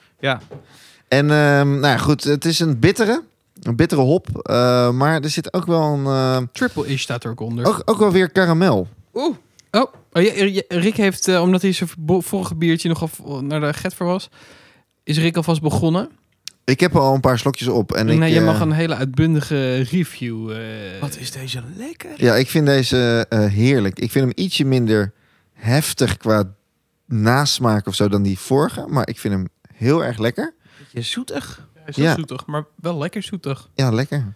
C: En ehm, nou ja, goed, het is een bittere. Een bittere hop. eh, maar er zit ook wel een. eh,
A: Triple ish staat er ook onder.
C: ook, ook wel weer karamel.
A: Oeh. Oh, oh ja, ja, Rick heeft, eh, omdat hij zijn vo- vorige biertje nog af- naar de Getver was, is Rick alvast begonnen.
C: Ik heb er al een paar slokjes op. En
A: En
C: ik,
A: nou, jij
C: eh,
A: mag een hele uitbundige review. eh,
B: Wat is deze lekker?
C: Ja, ik vind deze eh, heerlijk. Ik vind hem ietsje minder heftig qua nasmaak of zo dan die vorige. Maar ik vind hem heel erg lekker.
B: Beetje zoetig.
A: Hij is
C: ja.
A: wel zoetig, maar wel lekker zoetig.
C: Ja, lekker.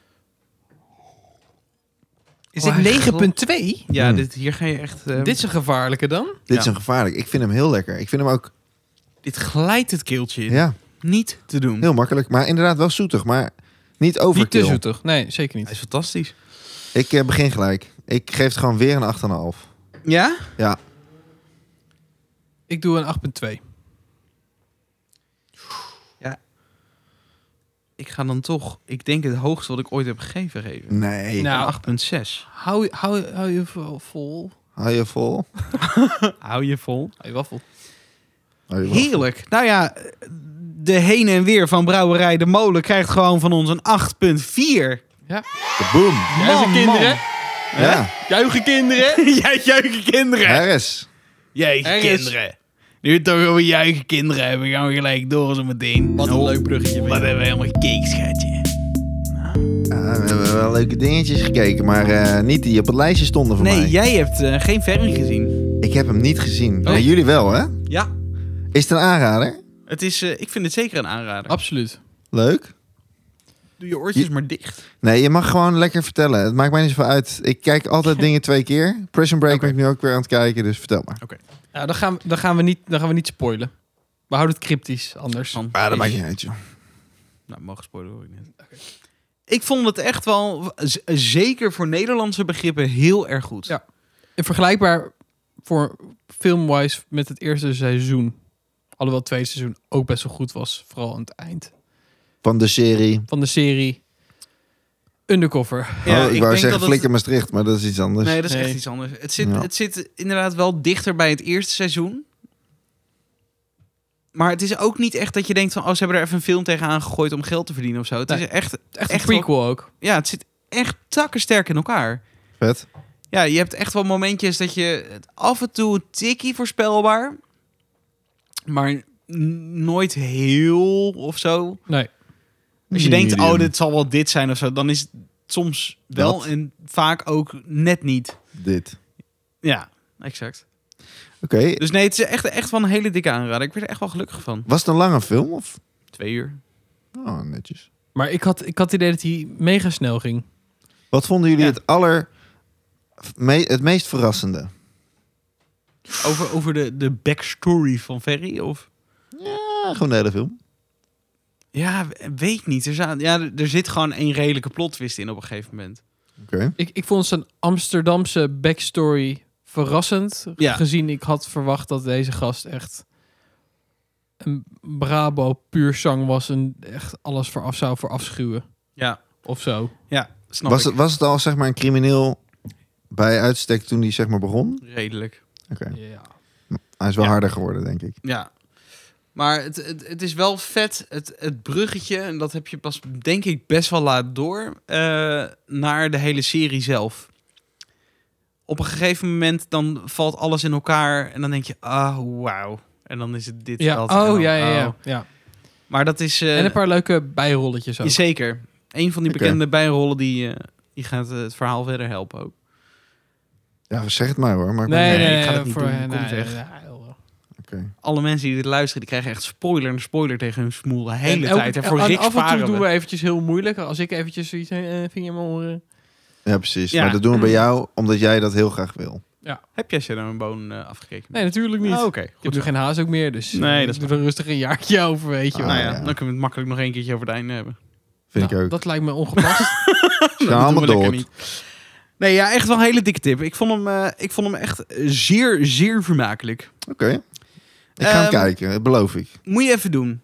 B: Is
A: Oh,
B: dit
A: hij
B: 9.2? Ja,
C: Hmm.
B: dit, hier ga je echt... eh,
A: Dit
B: dit,
A: is een gevaarlijke dan.
C: Dit
B: Ja.
C: is een gevaarlijk. Ik vind hem heel lekker. Ik vind hem ook
B: glijdt het keeltje in.
C: ja,
B: Niet te doen.
C: heel makkelijk. Maar inderdaad wel zoetig. Maar niet
A: Niet te
C: overkill.
A: zoetig. Nee, zeker
B: Hij
A: niet.
B: is fantastisch.
C: ik eh, begin gelijk. Ik geef het gewoon weer een 8,5.
B: Ja?
A: Ik doe een 8.2.
B: Ik ga dan toch, ik denk het hoogste wat ik ooit heb gegeven geven.
C: Nee.
A: Nou.
B: Een 8.6.
A: Hou, hou, hou je vol- vol.
C: Hou je vol?
B: Hou je vol.
A: Hou je waffel.
C: Hou je vol?
B: Heerlijk. Nou ja, de heen en weer van Brouwerij De Molen krijgt gewoon van ons een 8.4.
C: Boom.
A: Juichen
B: Man,
A: kinderen.
C: Ja,
A: Juichen kinderen.
B: Jij juichen kinderen.
C: Harris.
B: Jeetje,
A: Er is-
B: kinderen. Nu we het toch over juichen kinderen hebben, gaan we gelijk door zo meteen.
A: Wat een
B: Nou,
A: leuk bruggetje.
B: Wat
A: weer.
B: hebben we helemaal gekeken, schatje?
C: Ja, we hebben wel leuke dingetjes gekeken, maar eh, niet die op het lijstje stonden voor
B: Nee,
C: mij.
B: jij hebt eh, geen verre gezien.
C: Ik heb hem niet gezien.
A: Oh.
C: Maar jullie wel, hè?
B: Ja.
C: Is het een aanrader?
B: Het is, eh, ik vind het zeker een aanrader.
A: Absoluut.
C: Leuk.
B: Doe je oortjes
C: Je-
B: maar dicht.
C: Nee, je mag gewoon lekker vertellen. Het maakt mij niet zoveel uit. Ik kijk altijd dingen twee keer. Prison Break
B: Oké.
C: ben ik nu ook weer aan het kijken, dus vertel maar.
A: Nou, dan gaan, we- dan, gaan we niet, dan gaan we niet spoilen. We houden het cryptisch anders.
C: Ah, dat maakt niet uit, joh.
B: Nou, mag spoiler hoor ik net. Ik vond het echt wel, z- zeker voor Nederlandse begrippen, heel erg goed.
A: Ja. En vergelijkbaar voor filmwise met het eerste seizoen. Alhoewel het tweede seizoen ook best wel goed was. Vooral aan het eind
C: Van de serie.
A: van de serie. Undercover.
B: Ja,
C: oh, ik,
B: ik
C: wou
B: denk
C: zeggen
B: dat het-
C: Flikker Maastricht, maar dat is iets anders.
B: Nee, dat is
A: Nee.
B: echt iets anders. Het zit,
C: Ja.
B: het zit inderdaad wel dichter bij het eerste seizoen. Maar het is ook niet echt dat je denkt van... oh, ze hebben er even een film tegenaan gegooid om geld te verdienen of zo. Het
A: Nee.
B: is echt...
A: Echt een
B: Echt
A: prequel ook.
B: Ja, het zit echt takkensterk in elkaar.
C: Vet.
B: Ja, je hebt echt wel momentjes dat je het af en toe een tikkie voorspelbaar... maar n- nooit heel of zo.
A: Nee.
B: Als je denkt,
C: Medium.
B: oh, dit zal wel dit zijn of zo... dan is het soms wel
C: Dat.
B: en vaak ook net niet.
C: Dit.
B: Ja, exact.
C: Oké.
B: Dus nee, het is echt, echt wel een hele dikke aanrader. Ik werd er echt wel gelukkig van.
C: Was het een lange film? Of?
B: Twee uur.
C: Oh, netjes.
A: Maar ik had, ik had het idee dat hij mega snel ging.
C: Wat vonden jullie
B: Ja.
C: het aller me- het meest verrassende?
B: Over, over de, de backstory van Ferry? Of?
C: Ja, gewoon de hele film.
B: Ja, weet niet. Er, za- ja, er- er zit gewoon een redelijke plot twist in op een gegeven moment.
C: Oké.
A: Ik, ik vond zijn Amsterdamse backstory verrassend.
B: Ja.
A: Gezien ik had verwacht dat deze gast echt een Brabo puur zang was. En echt alles voor af zou voor afschuwen.
B: Ja,
A: Of zo.
B: ja snap
C: Was
B: ik.
C: het, was het al zeg maar een crimineel bij uitstek toen die zeg maar begon?
B: Redelijk.
C: Oké.
A: Ja.
C: Hij is wel
B: Ja.
C: harder geworden, denk ik.
B: Ja. Maar het, het, het is wel vet, het, het bruggetje, en dat heb je pas denk ik best wel laat door, eh, naar de hele serie zelf. Op een gegeven moment dan valt alles in elkaar en dan denk je, ah, wauw. En dan is het dit,
A: ja.
B: dat. en dan,
A: Oh, ja, ja, ja,
B: oh.
A: ja.
B: Maar dat is... eh,
A: En een paar leuke bijrolletjes ook.
B: Zeker. Een van die
C: Oké.
B: bekende bijrollen die, eh, die gaat eh, het verhaal verder helpen ook.
C: Ja, zeg het maar hoor. Maar ik ben-
A: Nee, nee,
B: Nee, ik
A: nee,
B: ga dat niet
A: voor,
B: doen.
A: nee,
B: Kom
A: nee,
B: zeg.
A: nee, nee.
C: Oké.
B: Alle mensen die dit luisteren, die krijgen echt spoiler en spoiler tegen hun smoel de hele
A: En elke-
B: tijd. En voor
A: en
B: Rick
A: Af en toe
B: sparen
A: doen
B: we.
A: we eventjes heel moeilijk. Als ik eventjes zoiets... eh eh, ving je mijn oren?
C: Ja, precies.
B: Ja. Mm.
C: Maar dat doen we bij jou omdat jij dat heel graag wil.
B: Heb jij Shadow and Bone eh, afgekeken?
A: Nee, natuurlijk niet.
C: Ah,
B: Oh, Oké,
A: Ik
B: goed.
A: heb nu geen haas ook meer, dus eh,
B: Nee, dat is
A: ik doe er rustig een jaartje over, weet je
C: Ah,
A: wel.
B: nou ja,
C: ja.
B: dan kunnen we het makkelijk nog één keertje over het einde hebben.
C: Vind
A: Nou,
C: ik ook.
A: Dat lijkt me ongepast.
C: Gaan
B: Dat doen we
C: allemaal
B: lekker
C: door.
B: niet. Nee, ja, echt wel een hele dikke tip. Ik vond hem, eh, ik vond hem echt zeer, zeer vermakelijk.
C: Oké. Ik ga hem
B: Ehm,
C: kijken, dat beloof ik.
B: Moet je even doen.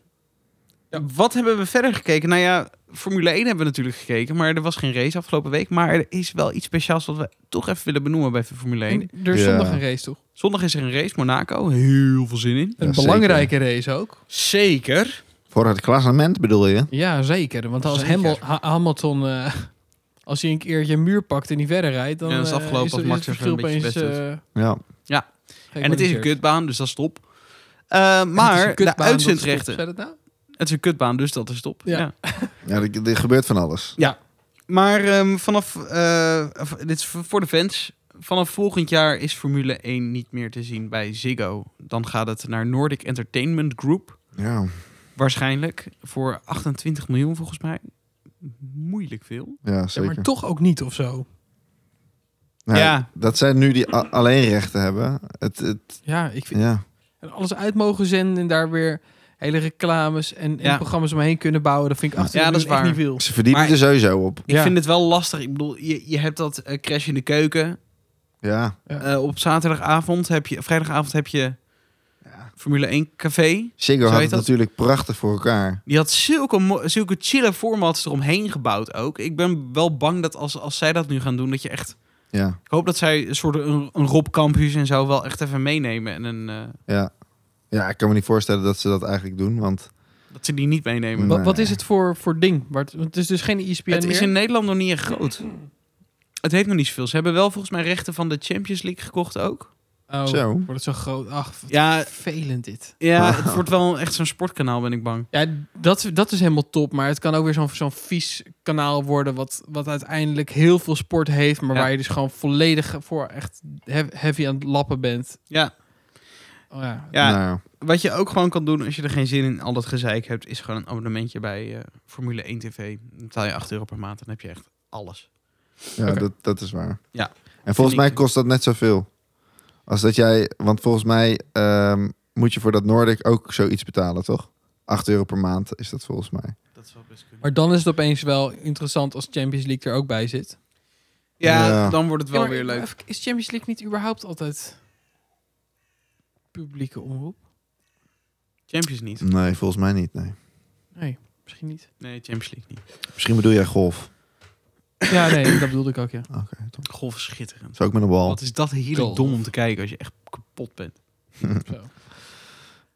A: Ja.
B: Wat hebben we verder gekeken? Nou ja, Formule 1 hebben we natuurlijk gekeken, maar er was geen race afgelopen week. Maar er is wel iets speciaals wat we toch even willen benoemen bij Formule 1.
A: En er is
C: Ja.
A: zondag een race, toch?
B: Zondag is er een race, Monaco. Heel veel zin in.
A: Een
C: Ja, zeker.
A: belangrijke race ook.
B: Zeker.
C: Voor het klassement bedoel je?
A: Ja, zeker. Want als
B: Zeker.
A: Hamil- Ha- Hamilton... eh, als hij een keertje een muur pakt en niet verder rijdt, dan
B: Ja, dat is
A: eh,
B: afgelopen als
A: is,
B: Max
A: het
B: even een
A: verschil
B: beetje
A: opeens,
B: zijn best
A: eh,
C: Ja.
B: En het is een
A: geëqualiseerd.
B: kutbaan, dus dat is top. Eh,
A: Het is
B: maar
A: een
B: de
A: kutbaan, dat is top.
B: uitzendrechten.
A: Zei dat nou?
B: Het is een kutbaan, dus dat is top.
A: Ja.
B: Ja.
C: Ja, er, er gebeurt van alles.
B: Maar ehm, vanaf, eh, v- dit is v- voor de fans, vanaf volgend jaar is Formule 1 niet meer te zien bij Ziggo. Dan gaat het naar Nordic Entertainment Group,
C: Ja,
B: waarschijnlijk, voor 28 miljoen volgens mij. Moeilijk veel.
C: ja
A: Ja,
C: zeker.
A: maar toch ook niet of zo.
C: Nou,
B: Ja.
C: Dat zij nu die a- alleen rechten hebben. Het, het,
A: Ja, ik vind...
C: ja.
A: En alles uit mogen zenden en daar weer hele reclames en, en
B: Ja.
A: programma's omheen kunnen bouwen. Dat vind ik
C: Ja.
A: achter
B: Ja,
A: ja,
B: dat is waar.
A: niet veel.
C: Ze verdienen
B: Maar-
C: er sowieso op.
B: Ik
A: Ja.
B: vind het wel lastig. Ik bedoel, je, je hebt dat eh, crash in de keuken.
C: Ja.
B: Eh, op zaterdagavond heb je, vrijdagavond heb je
C: Ja.
B: Formule 1 Café.
C: Ziggo
B: Zo
C: had
B: heet
C: het
B: dat?
C: natuurlijk prachtig voor elkaar.
B: Die had zulke, mo- zulke chille formats eromheen gebouwd ook. Ik ben wel bang dat als, als zij dat nu gaan doen, dat je echt...
C: Ja,
B: Ik hoop dat zij een soort een, een Rob Campus en zo wel echt even meenemen. En een, eh,
C: ja. Ja, ik kan me niet voorstellen dat ze dat eigenlijk doen, want...
B: dat ze die niet meenemen.
A: Wat, wat
C: Nee.
A: is het voor, voor ding? Waar het, want het is dus geen ESPN
B: Het
A: meer.
B: is in Nederland nog niet echt groot. Het heeft nog niet zoveel. Ze hebben wel volgens mij rechten van de Champions League gekocht ook.
A: Oh,
C: Zo.
A: wordt het zo groot. Ach, wat
B: Ja,
A: vervelend dit.
B: ja het wordt wel echt zo'n sportkanaal, ben ik bang.
A: Ja, dat, dat is helemaal top. Maar het kan ook weer zo'n zo'n vies kanaal worden... Wat, wat uiteindelijk heel veel sport heeft... maar
B: Ja.
A: waar je dus gewoon volledig voor echt he- heavy aan het lappen bent.
B: Ja,
A: Oh, ja.
B: ja
C: Nou,
B: wat je ook gewoon kan doen als je er geen zin in al dat gezeik hebt... is gewoon een abonnementje bij eh, Formule 1 TV. Dan betaal je 8 euro per maand en dan heb je echt alles.
C: ja,
A: Oké.
C: dat, dat is waar.
B: Ja.
C: En volgens
B: ik-
C: mij kost dat net zoveel. Als dat jij... Want volgens mij ehm, moet je voor dat Nordic ook zoiets betalen, toch? 8 euro per maand is dat volgens mij.
B: Dat zou best kunnen.
A: Maar dan is het opeens wel interessant als Champions League er ook bij zit.
B: Ja,
C: Ja.
B: dan wordt het wel
A: Ja, maar
B: weer leuk.
A: even- Is Champions League niet überhaupt altijd publieke omroep?
B: Champions niet.
C: Nee, volgens mij niet, nee.
A: Nee, misschien niet.
B: Nee, Champions League niet.
C: Misschien bedoel jij golf.
A: Ja, nee, dat bedoelde ik ook, ja.
C: Oké, toch.
B: Golf is schitterend.
C: Zo ook met een bal.
B: Wat is dat heerlijk
A: Golf.
B: dom om te kijken als je echt kapot bent.
A: Zo.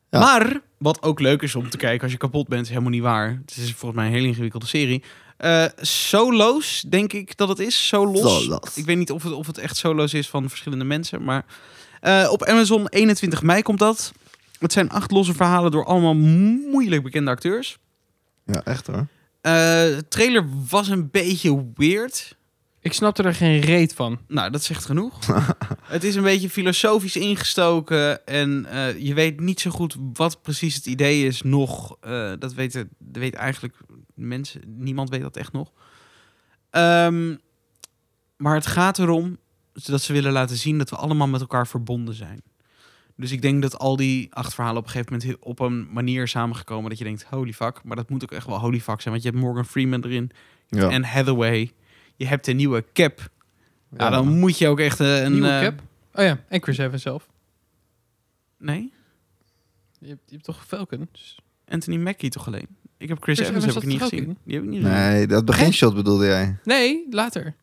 C: Ja.
B: Maar, wat ook leuk is om te kijken als je kapot bent, is helemaal niet waar. Het is volgens mij een hele ingewikkelde serie. Eh, solo's, denk ik dat het is. Solos.
C: Solos.
B: Ik weet niet of het, of het echt solo's is van verschillende mensen, maar... eh, op Amazon 21 mei komt dat. Het zijn acht losse verhalen door allemaal moeilijk bekende acteurs.
C: Ja, echt hoor.
B: Eh, de trailer was een beetje weird.
A: Ik snapte er geen reet van.
B: Nou, dat zegt genoeg. het is een beetje filosofisch ingestoken. En eh, je weet niet zo goed wat precies het idee is nog. Eh, dat weten, dat weet eigenlijk mensen. Niemand weet dat echt nog. Ehm, maar het gaat erom zodat ze willen laten zien dat we allemaal met elkaar verbonden zijn. Dus ik denk dat al die acht verhalen op een gegeven moment heel- op een manier samengekomen dat je denkt, holy fuck. Maar dat moet ook echt wel holy fuck zijn, want je hebt Morgan Freeman erin
C: Ja.
B: en Hathaway. Je hebt een nieuwe cap. Ja, dan
C: man.
B: moet je ook echt eh, een...
A: Nieuwe
B: eh,
A: cap? Oh ja, en Chris Evans zelf.
B: Nee,
A: Je hebt, je hebt toch Falcon?
B: Anthony Mackie toch alleen? Ik heb Chris,
A: Chris
B: Evans,
A: Evans
B: heb ik
A: zat
B: niet
A: er ook
B: gezien.
A: in?
B: Die heb ik niet gezien.
C: Nee, dat beginshot bedoelde jij.
A: Nee, later.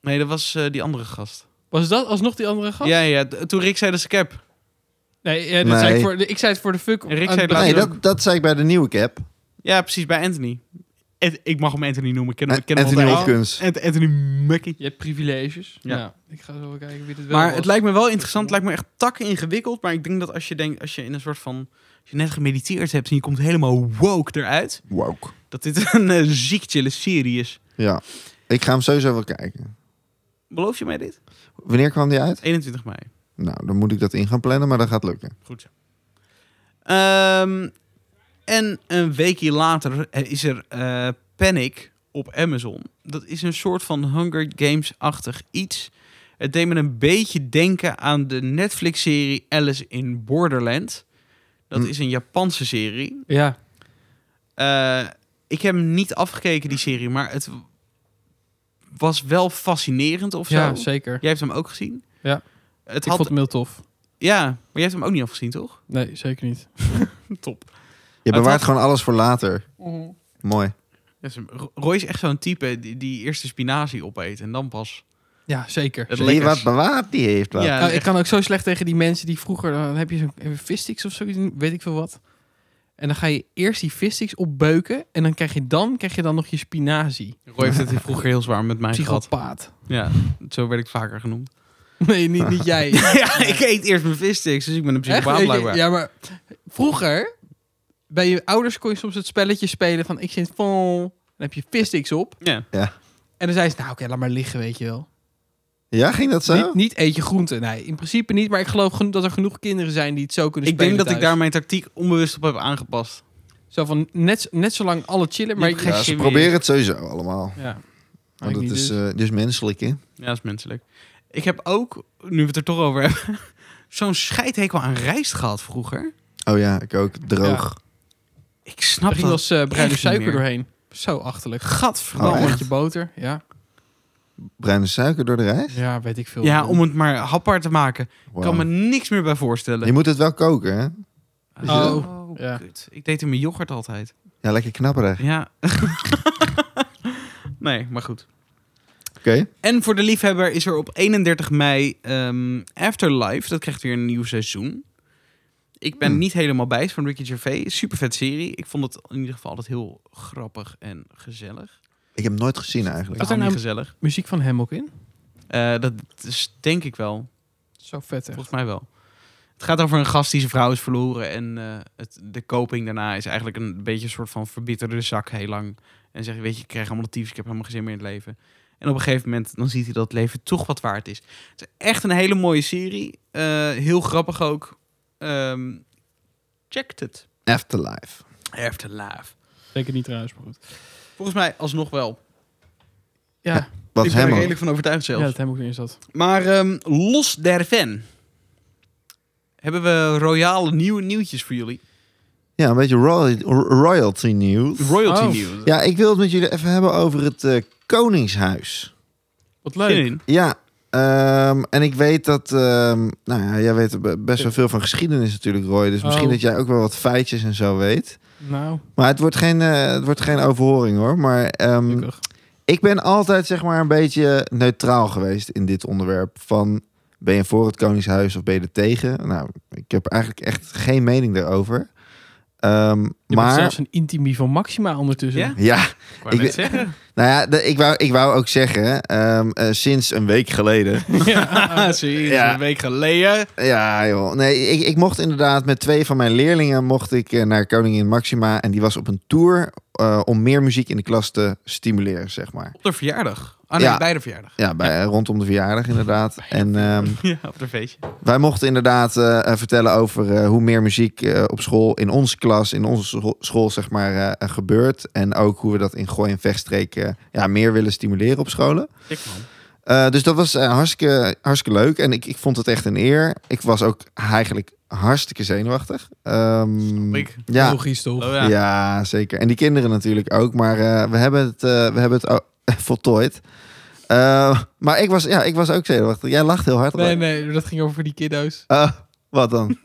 B: Nee, dat was eh, die andere gast.
A: Was dat alsnog die andere gast?
B: Ja, ja, t- toen Rick zei dat ze cap.
A: Nee, ja, dat Zei
C: Nee.
A: ik, voor, ik zei het voor de fuck.
B: Rick zei
A: aan het
B: dat
A: begin
C: Nee,
B: later
A: ook.
C: dat, dat zei ik bij de nieuwe cap.
B: Ja, precies, bij Anthony. Ed- ik mag hem Anthony noemen, ik ken hem, ik ken hem
C: Anthony
B: altijd.
C: Hopkins.
B: Ant- Anthony Mackie.
A: Je hebt privileges.
B: Ja.
A: Ja. ik ga zo wel kijken wie dit wel
B: Maar
A: was.
B: het lijkt me wel interessant, het lijkt me echt takken ingewikkeld. Maar ik denk dat als je denkt, als je in een soort van. Als je net gemediteerd hebt en je komt helemaal woke eruit.
C: Wow.
B: Dat dit een eh, ziek chille serie is.
C: Ja. Ik ga hem sowieso wel kijken.
B: Beloof je mij dit?
C: Wanneer kwam die uit?
B: 21 mei.
C: Nou, dan moet ik dat in gaan plannen, maar dat gaat lukken.
B: Goed zo. Ehm, en een weekje later eh, is er eh, Panic op Amazon. Dat is een soort van Hunger Games-achtig iets. Het deed me een beetje denken aan de Netflix-serie Alice in Borderland. Dat
C: Hm.
B: is een Japanse serie.
A: Ja,
B: Eh, ik heb hem niet afgekeken, die serie, maar het was wel fascinerend of zo.
A: ja zeker.
B: Jij hebt hem ook gezien?
A: Ja.
B: Het
A: ik
B: had,
A: vond het heel tof.
B: Ja, maar jij hebt hem ook niet afgezien, toch?
A: Nee, zeker niet.
B: Top.
C: Je
B: Het
C: bewaart
B: had-
C: gewoon alles voor later.
B: Mhm.
C: Mooi.
B: Dat is een- Ro- Roy is echt zo'n type die, die eerst de spinazie opeet en dan pas.
A: Ja, zeker.
B: Het
C: Zie je
B: lekkers.
C: wat bewaard die heeft wat.
B: Ja,
A: Nou, ik
B: echt.
A: kan ook zo slecht tegen die mensen die vroeger... Dan heb je zo'n heb je fistics of zoiets, weet ik veel wat. En dan ga je eerst die fistics opbeuken. En dan krijg je dan, krijg je dan nog je spinazie.
B: Roy heeft het vroeger heel zwaar met mij gehad.
A: Psychopaat.
B: Ja, zo werd ik vaker genoemd.
A: Nee, niet, niet jij.
B: ja, ik eet eerst mijn vissticks, dus ik ben een
A: Echt?
B: psychopaat
A: Weet je,
B: blijkbaar.
A: Ja, maar vroeger, bij je ouders kon je soms het spelletje spelen van ik zit vol. Dan heb je fistics op.
B: Ja.
A: En dan zei ze, nou oké, laat maar liggen, weet je wel.
C: Ja, ging dat zo?
A: Niet, niet eet je groenten. Nee, in principe niet. Maar ik geloof geno- dat er genoeg kinderen zijn die het zo kunnen
B: Dus Ik denk
A: spelen
B: dat ik
A: thuis.
B: daar mijn tactiek onbewust op heb aangepast.
A: Zo van, net, net zo lang alle chillen, maar...
B: Je hebt
A: ik-
C: Ja,
B: geen
C: ze
B: zin
C: proberen
B: meer.
C: het sowieso allemaal.
A: Ja. Maar
C: Want
A: ik
C: het
A: niet,
C: Oh, is
A: dus.
C: eh, dus menselijk, hè?
B: Ja, dat is menselijk. Ik heb ook, nu we het er toch over hebben, zo'n scheidhekel aan rijst gehad vroeger.
C: Oh ja, ik ook. Droog.
B: Ik
A: Er
B: snap
A: ging
B: dat.
A: als eh, bruine
B: echt niet
A: suiker
B: meer.
A: doorheen. Zo achterlijk.
B: Gadverdamme.
C: Oh,
A: Een
C: echt?
A: beetje boter, ja.
C: Bruine suiker door de rijst?
A: Ja, weet ik veel.
B: ja, om het maar hapbaar te maken. Ik
C: Wow.
B: kan me niks meer bij
C: Je
B: voorstellen.
C: moet het wel koken, hè?
A: Oh, ja.
B: ja. kut. Ik deed in mijn yoghurt altijd.
C: Ja, lekker knapperig.
B: Ja. nee, maar goed.
C: Oké.
B: En voor de liefhebber is er op 31 mei ehm, Afterlife. Dat krijgt weer een nieuw seizoen. Ik ben
C: Hmm.
B: niet helemaal bijs van Ricky Gervais. Super vet serie. Ik vond het in ieder geval altijd heel grappig en gezellig.
C: Ik heb hem nooit gezien eigenlijk.
A: Wat
B: Wat
A: er
B: is niet
A: nou-
B: gezellig?
A: Muziek van hem ook in.
B: Eh, dat is denk ik wel.
A: Zo vet, hè.
B: Volgens mij wel. Het gaat over een gast die zijn vrouw is verloren. En eh, het, de coping daarna is eigenlijk een beetje een soort van verbitterde zak heel lang. En zeg je, weet je, ik krijg allemaal de tyfus, ik heb helemaal geen zin meer in het leven. En op een gegeven moment dan ziet hij dat het leven toch wat waard is. Het is echt een hele mooie serie. Eh, heel grappig ook. Ehm checked it.
C: Afterlife.
B: Afterlife.
A: Zeker niet trouwens, maar goed.
B: Volgens mij alsnog wel.
A: Ja,
C: Wat
B: ik ben er
C: hem ook.
B: redelijk van overtuigd
A: ja
B: zelfs.
A: dat hem ook weer in zat.
B: Maar ehm, los daarvan hebben we royale nieuwe nieuwtjes voor jullie.
C: Ja, een beetje royal- royalty news.
B: Royalty
A: Oh.
B: nieuws.
C: Ja, ik wil het met jullie even hebben over het eh, Koningshuis.
A: Wat
B: Zin
A: leuk.
B: in.
C: Ja, ehm, en ik weet dat... ehm, nou ja, jij weet er be- best wel veel van geschiedenis natuurlijk, Roy. Dus misschien
A: Oh.
C: dat jij ook wel wat feitjes en zo weet.
A: Nou,
C: Maar het wordt geen, eh, het wordt geen overhoring, hoor. Maar ehm,
A: gelukkig.
C: ik ben altijd zeg maar een beetje neutraal geweest in dit onderwerp. Van ben je voor het Koningshuis of ben je er tegen? Nou, ik heb eigenlijk echt geen mening daarover. Ehm,
A: Je maar...
C: maar
A: zelfs een intimie van Maxima ondertussen.
B: Ja?
C: ja,
B: Ik wou net
C: Ik weet-
B: zeggen.
C: nou ja, de- ik, wou, ik wou ook zeggen, ehm, eh, sinds een week geleden.
B: Ah, zie,
C: Ja.
B: een week geleden.
C: ja, joh. Nee, ik, ik mocht inderdaad met twee van mijn leerlingen mocht ik eh, naar Koningin Maxima. En die was op een tour eh, om meer muziek in de klas te stimuleren, zeg maar.
B: Op de verjaardag. Ah nee,
C: Ja.
B: bij de verjaardag.
C: Ja, bij, eh, rondom de verjaardag inderdaad. En ehm,
B: Ja, op de feestje.
C: Wij mochten inderdaad eh, eh, vertellen over eh, hoe meer muziek eh, op school, in onze klas, in onze scho- school, zeg maar, eh, eh, gebeurt. En ook hoe we dat in Gooi en Vechtstreek eh, ja, meer willen stimuleren op scholen.
B: Dik man.
C: Eh, dus dat was eh, hartstikke, hartstikke leuk. En ik, ik vond het echt een eer. Ik was ook eigenlijk hartstikke zenuwachtig. Ehm,
B: ik.
C: Ja,
A: Logisch toch?
B: Oh,
C: ja.
B: ja.
C: zeker. En die kinderen natuurlijk ook. Maar eh, we hebben het, eh, we hebben het o- voltooid. Eh, maar ik was, ja, ik was ook zenuwachtig. Jij lacht heel hard.
A: Nee, nee, dat ging over die kiddo's.
C: Oh, wat dan?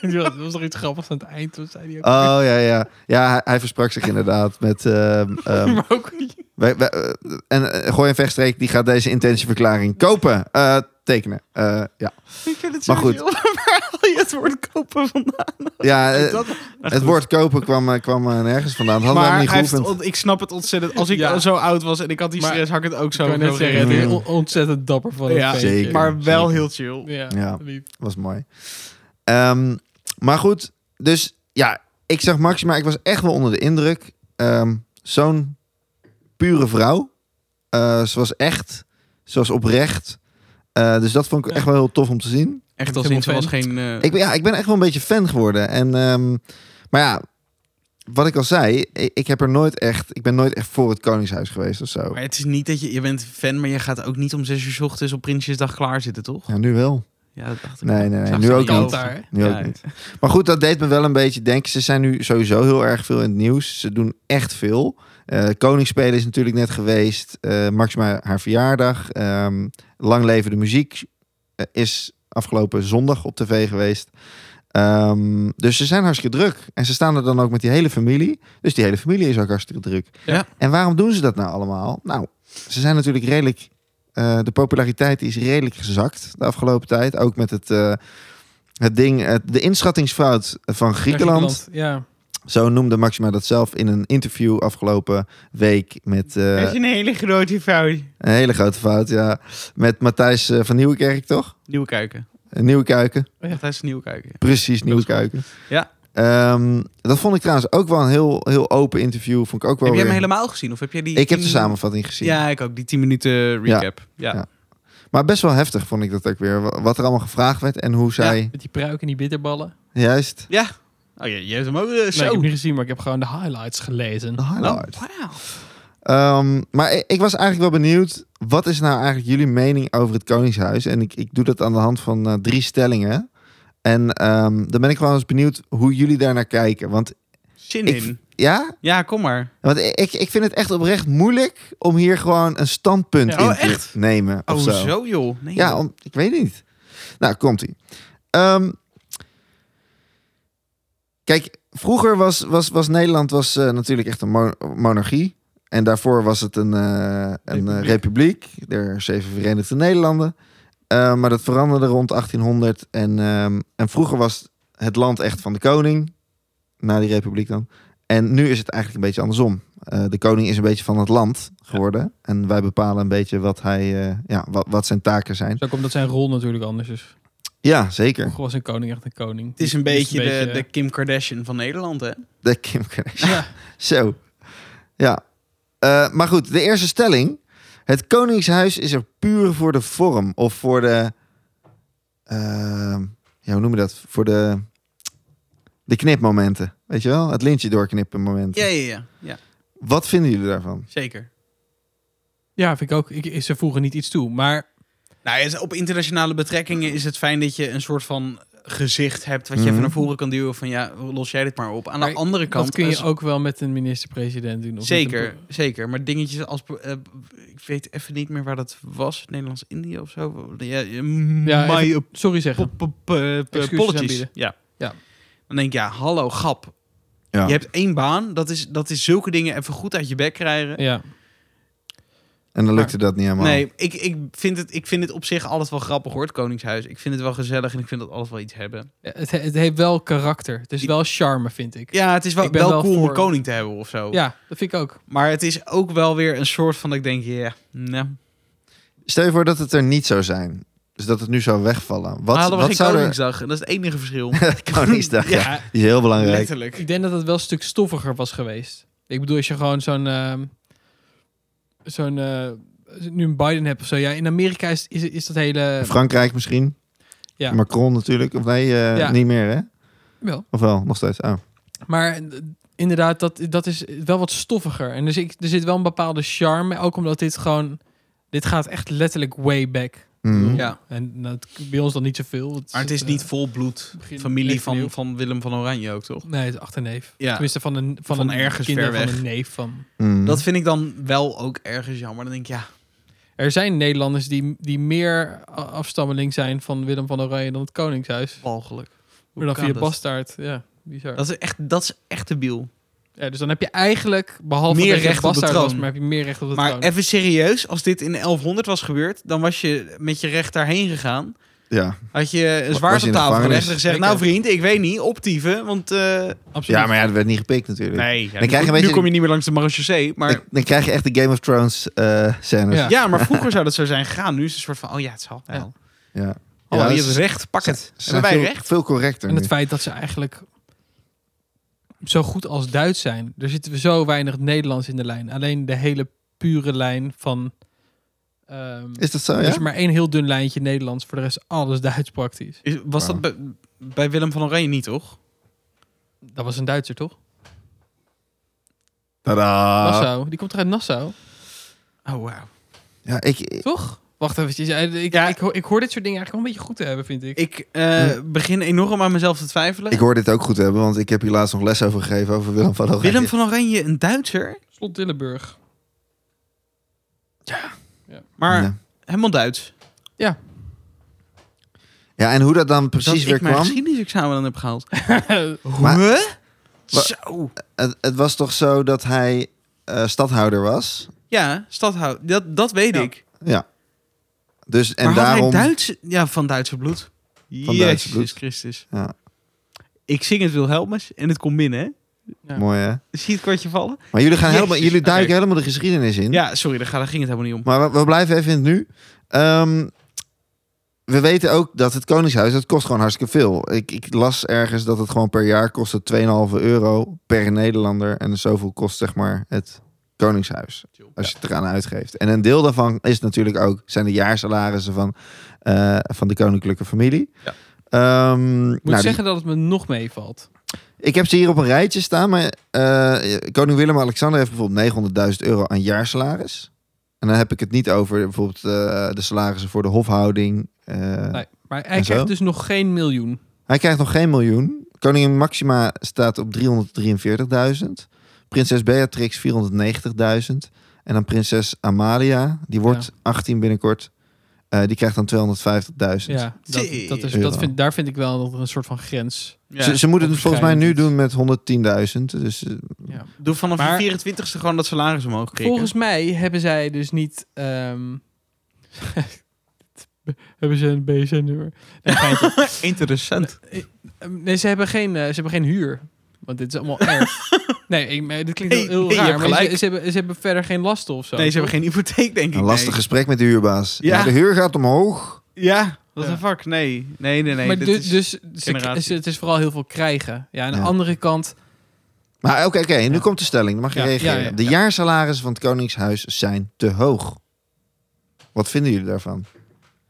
A: dat was toch iets grappigs aan het eind? Toen zei die ook.
C: Oh, ja, ja. Ja, hij, hij versprak zich inderdaad met... ehm, ehm,
A: maar ook,
C: wij- wij- eh, en eh, Gooi en Vechtstreek die gaat deze intentieverklaring kopen. Eh, tekenen. Eh, ja.
B: Ik vind het
C: Maar
B: zo
C: goed.
B: chill. Waar haal je het woord kopen vandaan?
C: ja eh,
A: dat,
C: het woord kopen kwam, eh, kwam eh, nergens vandaan. Dat hadden we
B: Maar
C: helemaal
B: hij
C: niet
B: heeft het
C: geoefend.
B: on- ik snap het ontzettend. Als ik
A: Ja.
B: zo oud was en ik had die
A: Maar-
B: stress, had ik het ook
A: zo
B: zo
A: kan net
B: willen
A: zeggen.
B: redden.
A: het is on- ontzettend dapper van
B: Ja,
A: het ventje.
C: Mm. zeker.
B: Maar wel
C: Zeker.
B: heel chill.
A: Ja,
C: Ja.
A: lief.
C: was mooi. Ehm, maar goed, dus ja, ik zag Maxima. Ik was echt wel onder de indruk. Ehm, Zo'n pure vrouw. Eh, ze was echt, ze was oprecht. Eh, dus dat vond ik
A: Ja.
C: echt wel heel tof om te zien.
B: Echt
A: als
B: als
A: in,
B: in
A: ze was
B: was geen... eh,
C: Ik ben, ja, ik ben echt wel een beetje fan geworden. En, ehm, maar ja, wat ik al zei, ik, ik heb er nooit echt, ik ben nooit echt voor het Koningshuis geweest of zo.
B: Maar het is niet dat je... Je bent fan, maar je gaat ook niet om zes uur 's ochtends op Prinsjesdag klaarzitten, toch?
C: Ja, nu wel.
B: Ja, dat dacht ik
C: Nee,
B: wel.
C: nee, nee,
B: Zag
C: nu
B: ze
C: ook
B: die
C: niet.
B: over.
A: Daar, hè?
C: Nu ook
B: Ja.
C: niet. Maar goed, dat deed me wel een beetje denken. Ze zijn nu sowieso heel erg veel in het nieuws. Ze doen echt veel. Eh Koningsspelen is natuurlijk net geweest. Eh, Maxima haar verjaardag. Ehm, Lang leven de muziek eh, is afgelopen zondag op tv geweest. Ehm, dus ze zijn hartstikke druk. En ze staan er dan ook met die hele familie. Dus die hele familie is ook hartstikke druk.
B: Ja.
C: En waarom doen ze dat nou allemaal? Nou, ze zijn natuurlijk redelijk... eh, de populariteit is redelijk gezakt de afgelopen tijd. Ook met het, eh, het ding, eh, de inschattingsfout van Griekenland.
A: Ja.
C: Zo noemde Maxima dat zelf in een interview afgelopen week met eh,
B: Dat is een hele grote fout.
C: een hele grote fout, ja, met Matthijs eh, van Nieuwkerk, toch?
B: Nieuwe kuiken.
C: Eh, Nieuwkuiken,
A: Ja.
B: Dat is nieuwe kuiken.
C: precies Nieuwkuiken.
B: Ja.
C: Ehm, dat vond ik trouwens ook wel een heel, heel open interview. Vond ik ook wel.
B: Heb jij hem
C: weer-
B: helemaal gezien? Of heb jij die...
C: Ik heb de
B: tien-
C: samenvatting gezien.
B: Ja, ik ook. Die 10 minuten recap. Ja.
C: Ja. Maar best wel heftig vond ik dat ook weer. wa- Wat er allemaal gevraagd werd en hoe zij.
A: Met die pruik en die bitterballen.
C: Juist.
B: Oh ja, je hebt hem ook eh,
A: Nee, ik
B: zo.
A: heb niet gezien, maar ik heb gewoon de highlights gelezen.
C: De
B: Oh,
C: highlight.
B: wauw.
C: Ehm, maar ik, ik was eigenlijk wel benieuwd. Wat is nou eigenlijk jullie mening over het Koningshuis? En ik, ik doe dat aan de hand van eh, drie stellingen. En ehm, dan ben ik wel eens benieuwd hoe jullie daar naar kijken. Want
B: Zin
C: Ik-
B: in.
C: ja,
B: Ja, kom maar.
C: want ik, ik- ik vind het echt oprecht moeilijk om hier gewoon een standpunt
A: Ja.
C: in
B: Oh,
C: te
B: echt?
C: nemen.
B: Oh,
C: of zo.
B: zo. joh. Nee,
C: Ja,
B: joh.
C: om- ik weet niet. Nou, komt ie. kijk, vroeger was, was, was Nederland was, eh, natuurlijk echt een mo- monarchie. En daarvoor was het een, eh, een eh, republiek. Er zeven Verenigde Nederlanden. Eh, maar dat veranderde rond 1800. En, ehm, en vroeger was het land echt van de koning. Na die republiek dan. En nu is het eigenlijk een beetje andersom. Eh, de koning is een beetje van het land geworden. En wij bepalen een beetje wat, hij, eh, ja, wat, wat zijn taken zijn.
A: Zo komt dat zijn rol natuurlijk anders is.
C: Ja, zeker.
A: Vroeger was een koning echt een koning.
B: Het is een beetje, de, de Kim Kardashian van Nederland, hè?
C: De Kim Kardashian.
A: Ja.
C: Zo. Ja. Eh, maar goed, de eerste stelling. Het Koningshuis is er puur voor de vorm. Of voor de... ehm, ja, hoe noem je dat? Voor de... De knipmomenten. Weet je wel? Het lintje doorknippen momenten.
B: Ja, ja, ja. ja
C: Wat vinden jullie daarvan?
B: zeker.
A: Ja, vind ik ook. Ik, ze voegen niet iets toe. Maar
B: Nou, is- op internationale betrekkingen is het fijn dat je een soort van gezicht hebt... wat je
C: Mhm.
B: even naar voren kan duwen van ja, los jij dit maar op. Aan
A: Maar
B: de andere kant...
A: dat kun je
B: als-
A: ook wel met een minister-president doen. of met
B: Zeker,
A: een-
B: zeker. Maar dingetjes als... eh, ik weet even niet meer waar dat was. Nederlands-Indië of zo? Ja, ja,
A: Ja,
B: my
A: even- sorry zeggen.
B: P- p- p- p-
A: Excuses
B: eh, polletjes.
A: aanbieden.
B: Ja.
A: Ja.
B: Dan denk ik, ja, hallo, grap.
C: Ja.
B: Je hebt één baan. Dat is, dat is zulke dingen even goed uit je bek krijgen.
A: Ja.
C: En dan lukte dat niet helemaal.
B: Nee, ik, ik, vind het, ik vind het op zich alles wel grappig hoor, het Koningshuis. Ik vind het wel gezellig en ik vind dat alles wel iets hebben.
A: Ja, Het, he- het heeft wel karakter. Het is wel charme, vind ik.
B: Ja, het is wel,
A: Ik ben
B: wel,
A: wel
B: cool om
A: voor-
B: een koning te hebben of zo.
A: Ja, dat vind ik ook.
B: Maar het is ook wel weer een soort van dat ik denk, ja, nou,
C: Stel je voor dat het er niet zou zijn. Dus dat het nu zou wegvallen. Wat,
B: dan hadden we
C: wat
B: Ah, geen
C: zou er...
B: Koningsdag. En dat is het enige verschil.
C: Koningsdag, ja.
B: Ja,
C: Die is heel belangrijk.
B: letterlijk.
A: Ik denk dat het wel een stuk stoffiger was geweest. Ik bedoel, als je gewoon zo'n... ehm, zo'n eh, als je nu een Biden hebt of zo. Ja, in Amerika is, is, is dat hele...
C: Frankrijk misschien.
A: Ja.
C: Macron natuurlijk. Of nee, eh,
A: Ja.
C: niet meer hè?
A: Wel.
C: Of wel, nog steeds. Ah.
A: Maar eh, inderdaad, dat, dat is wel wat stoffiger. En dus ik, er zit wel een bepaalde charme. Ook omdat dit gewoon Dit gaat echt letterlijk way back.
C: Mhm.
B: Ja.
A: En dat, bij ons dan niet zoveel. want
B: Maar het is
A: eh,
B: niet volbloed
A: begin
B: familie van,
A: 19e.
B: van Willem van Oranje ook, toch?
A: Nee, het is achterneef.
B: Ja.
A: Tenminste, van een, van
B: Van
A: een
B: ergens
A: kinderen
B: ver
A: van
B: weg.
A: een neef van.
C: Mhm.
B: Dat vind ik dan wel ook ergens jammer. Dan denk ik, ja,
A: Er zijn Nederlanders die, die meer a- afstammeling zijn van Willem van Oranje dan het Koningshuis.
B: walgelijk.
A: Maar dan
B: kan
A: via
B: dat?
A: Bastaard. Ja, bizar.
B: Dat is echt, dat is echt debiel.
A: Ja, dus dan heb je eigenlijk, behalve
B: Meer
A: dat je
B: recht op de
A: Bastaard was,
B: troon.
A: maar heb je meer recht op de
B: Maar
A: troon.
B: even serieus, als dit in 1100 was gebeurd, dan was je met je recht daarheen gegaan.
C: Ja.
B: Had je een
C: Was
B: zwaard
C: je
B: op
C: in de
B: tafel
C: gevangenis?
B: gelegd en gezegd,
A: Zeker.
B: nou vriend, ik weet niet, optieven, want... eh,
A: Absoluut.
C: ja, maar ja, dat werd niet gepikt natuurlijk.
B: nee, ja,
C: Dan
B: nu,
C: krijg je een
B: nu
C: beetje-
B: kom je niet meer langs de marechaussee, maar...
C: Dan, dan krijg je echt de Game of Thrones eh scènes.
A: Ja.
C: Ja.
B: Ja, maar vroeger zou dat zo zijn gegaan. Nu is het een soort van, oh ja, het zal wel.
A: Ja.
C: Ja.
B: Oh,
C: Ja,
B: je
C: ze-
B: hebt recht, pak het.
C: ze
B: Hebben
C: zijn
B: wij
C: veel,
B: recht?
C: veel correcter
A: En
C: nu.
A: het feit dat ze eigenlijk zo goed als Duits zijn. Er zitten zo weinig Nederlands in de lijn. Alleen de hele pure lijn van... ehm,
C: Is dat zo,
A: Er is
C: ja?
A: maar één heel dun lijntje Nederlands. Voor de rest alles Duits praktisch.
B: Is- Was dat bij, bij Willem van Oranje niet, toch?
A: Dat was een Duitser, toch?
C: Tadaa.
A: Nassau. Die komt toch uit Nassau?
B: Oh, wauw.
C: Ja, ik,
A: Toch? Wacht even. Ik,
B: Ja.
A: ik, hoor, ik hoor dit soort dingen eigenlijk wel een beetje goed te hebben, vind ik.
B: Ik eh,
C: Hm.
B: begin enorm aan mezelf te twijfelen.
C: ik hoor dit ook goed hebben, want ik heb hier laatst nog les over gegeven over Willem van Oranje.
B: Willem van Oranje, een Duitser,
A: Slot Dillenburg.
B: maar
C: Ja.
B: helemaal Duits.
C: ja, en hoe dat dan precies
B: dat
C: weer
B: ik mijn
C: kwam...
B: geschiedenisexamen dan heb gehaald.
C: Maar-
B: Huh?
C: Wa-
B: Zo.
C: Het, het was toch zo dat hij eh, stadhouder was?
B: Ja, stadhoud. Dat, dat weet
A: Ja.
B: ik.
C: Ja. Dus, en
B: maar had
C: daarom...
B: hij Duits... Ja, van Duitse bloed. Van
C: Duitse bloed.
B: Christus.
C: Ja.
B: Ik zing het Wilhelmus en het komt binnen, hè?
A: Ja.
C: Mooi, hè?
B: Zie je het kwartje vallen?
C: Maar jullie, gaan
B: Jezus,
C: helemaal, jullie duiken
B: oké.
C: helemaal de geschiedenis in.
B: Ja, sorry, daar, ga- daar ging het helemaal niet om.
C: Maar we, we blijven even in het nu. Ehm, we weten ook dat het Koningshuis, dat kost gewoon hartstikke veel. Ik, ik las ergens dat het gewoon per jaar kost het 2,5 euro per Nederlander. En zoveel kost zeg maar het Koningshuis, als je het eraan uitgeeft. En een deel daarvan is natuurlijk ook, zijn de jaarsalarissen van, eh, van de koninklijke familie.
B: Ja.
C: Ehm,
A: Ik moet
C: nou, die-
A: zeggen dat het me nog meevalt.
C: ik heb ze hier op een rijtje staan, maar eh, koning Willem-Alexander heeft bijvoorbeeld 900.000 euro aan jaarsalaris. En dan heb ik het niet over bijvoorbeeld eh, de salarissen voor de hofhouding. eh.
A: Nee, maar hij
C: en zo?
A: krijgt dus nog geen miljoen.
C: Hij krijgt nog geen miljoen. Koningin Maxima staat op 343.000. Prinses Beatrix 490.000. En dan prinses Amalia, die wordt 18 binnenkort. Eh, die krijgt dan 250.000.
A: Ja, dat,
B: Zee.
A: dat is,
C: Ja.
A: dat vind, daar vind ik wel dat er een soort van grens.
B: Ja.
C: ze, ze moeten het volgens mij nu doen
A: onderscheidend
C: met 110.000. Dus eh,
B: Doe vanaf
A: Maar-
B: je 24ste gewoon dat salaris omhoog krikken.
A: Volgens mij hebben zij dus niet. ehm, hebben ze een BSN-nummer? Nee, geintje.
B: Interessant.
A: nee, ze hebben, geen, eh, ze hebben geen huur. Want dit is allemaal erg. Nee, ik, maar dit klinkt
B: Nee,
A: heel, heel
B: nee, je
A: raar.
B: hebt
A: Maar ze,
B: gelijk.
A: ze hebben, ze hebben verder geen lasten of zo.
B: Nee, ze hebben geen hypotheek, denk ik.
C: een lastig
B: nee.
C: gesprek met de huurbaas.
B: Ja.
C: ja, de huur gaat omhoog.
B: Ja, wat
A: Ja.
B: een vak. Nee, nee, nee. nee.
A: maar
B: dit
A: dus,
B: is-
A: dus ze,
B: generatie.
A: ze- het is vooral heel veel krijgen. Ja, aan de
C: Ja.
A: andere kant.
C: Maar oké, oké, nu
A: Ja.
C: komt de stelling. Dan mag je
A: Ja,
C: reageren.
A: ja, ja,
C: de jaarsalarissen van het Koningshuis zijn te hoog. Wat vinden jullie daarvan?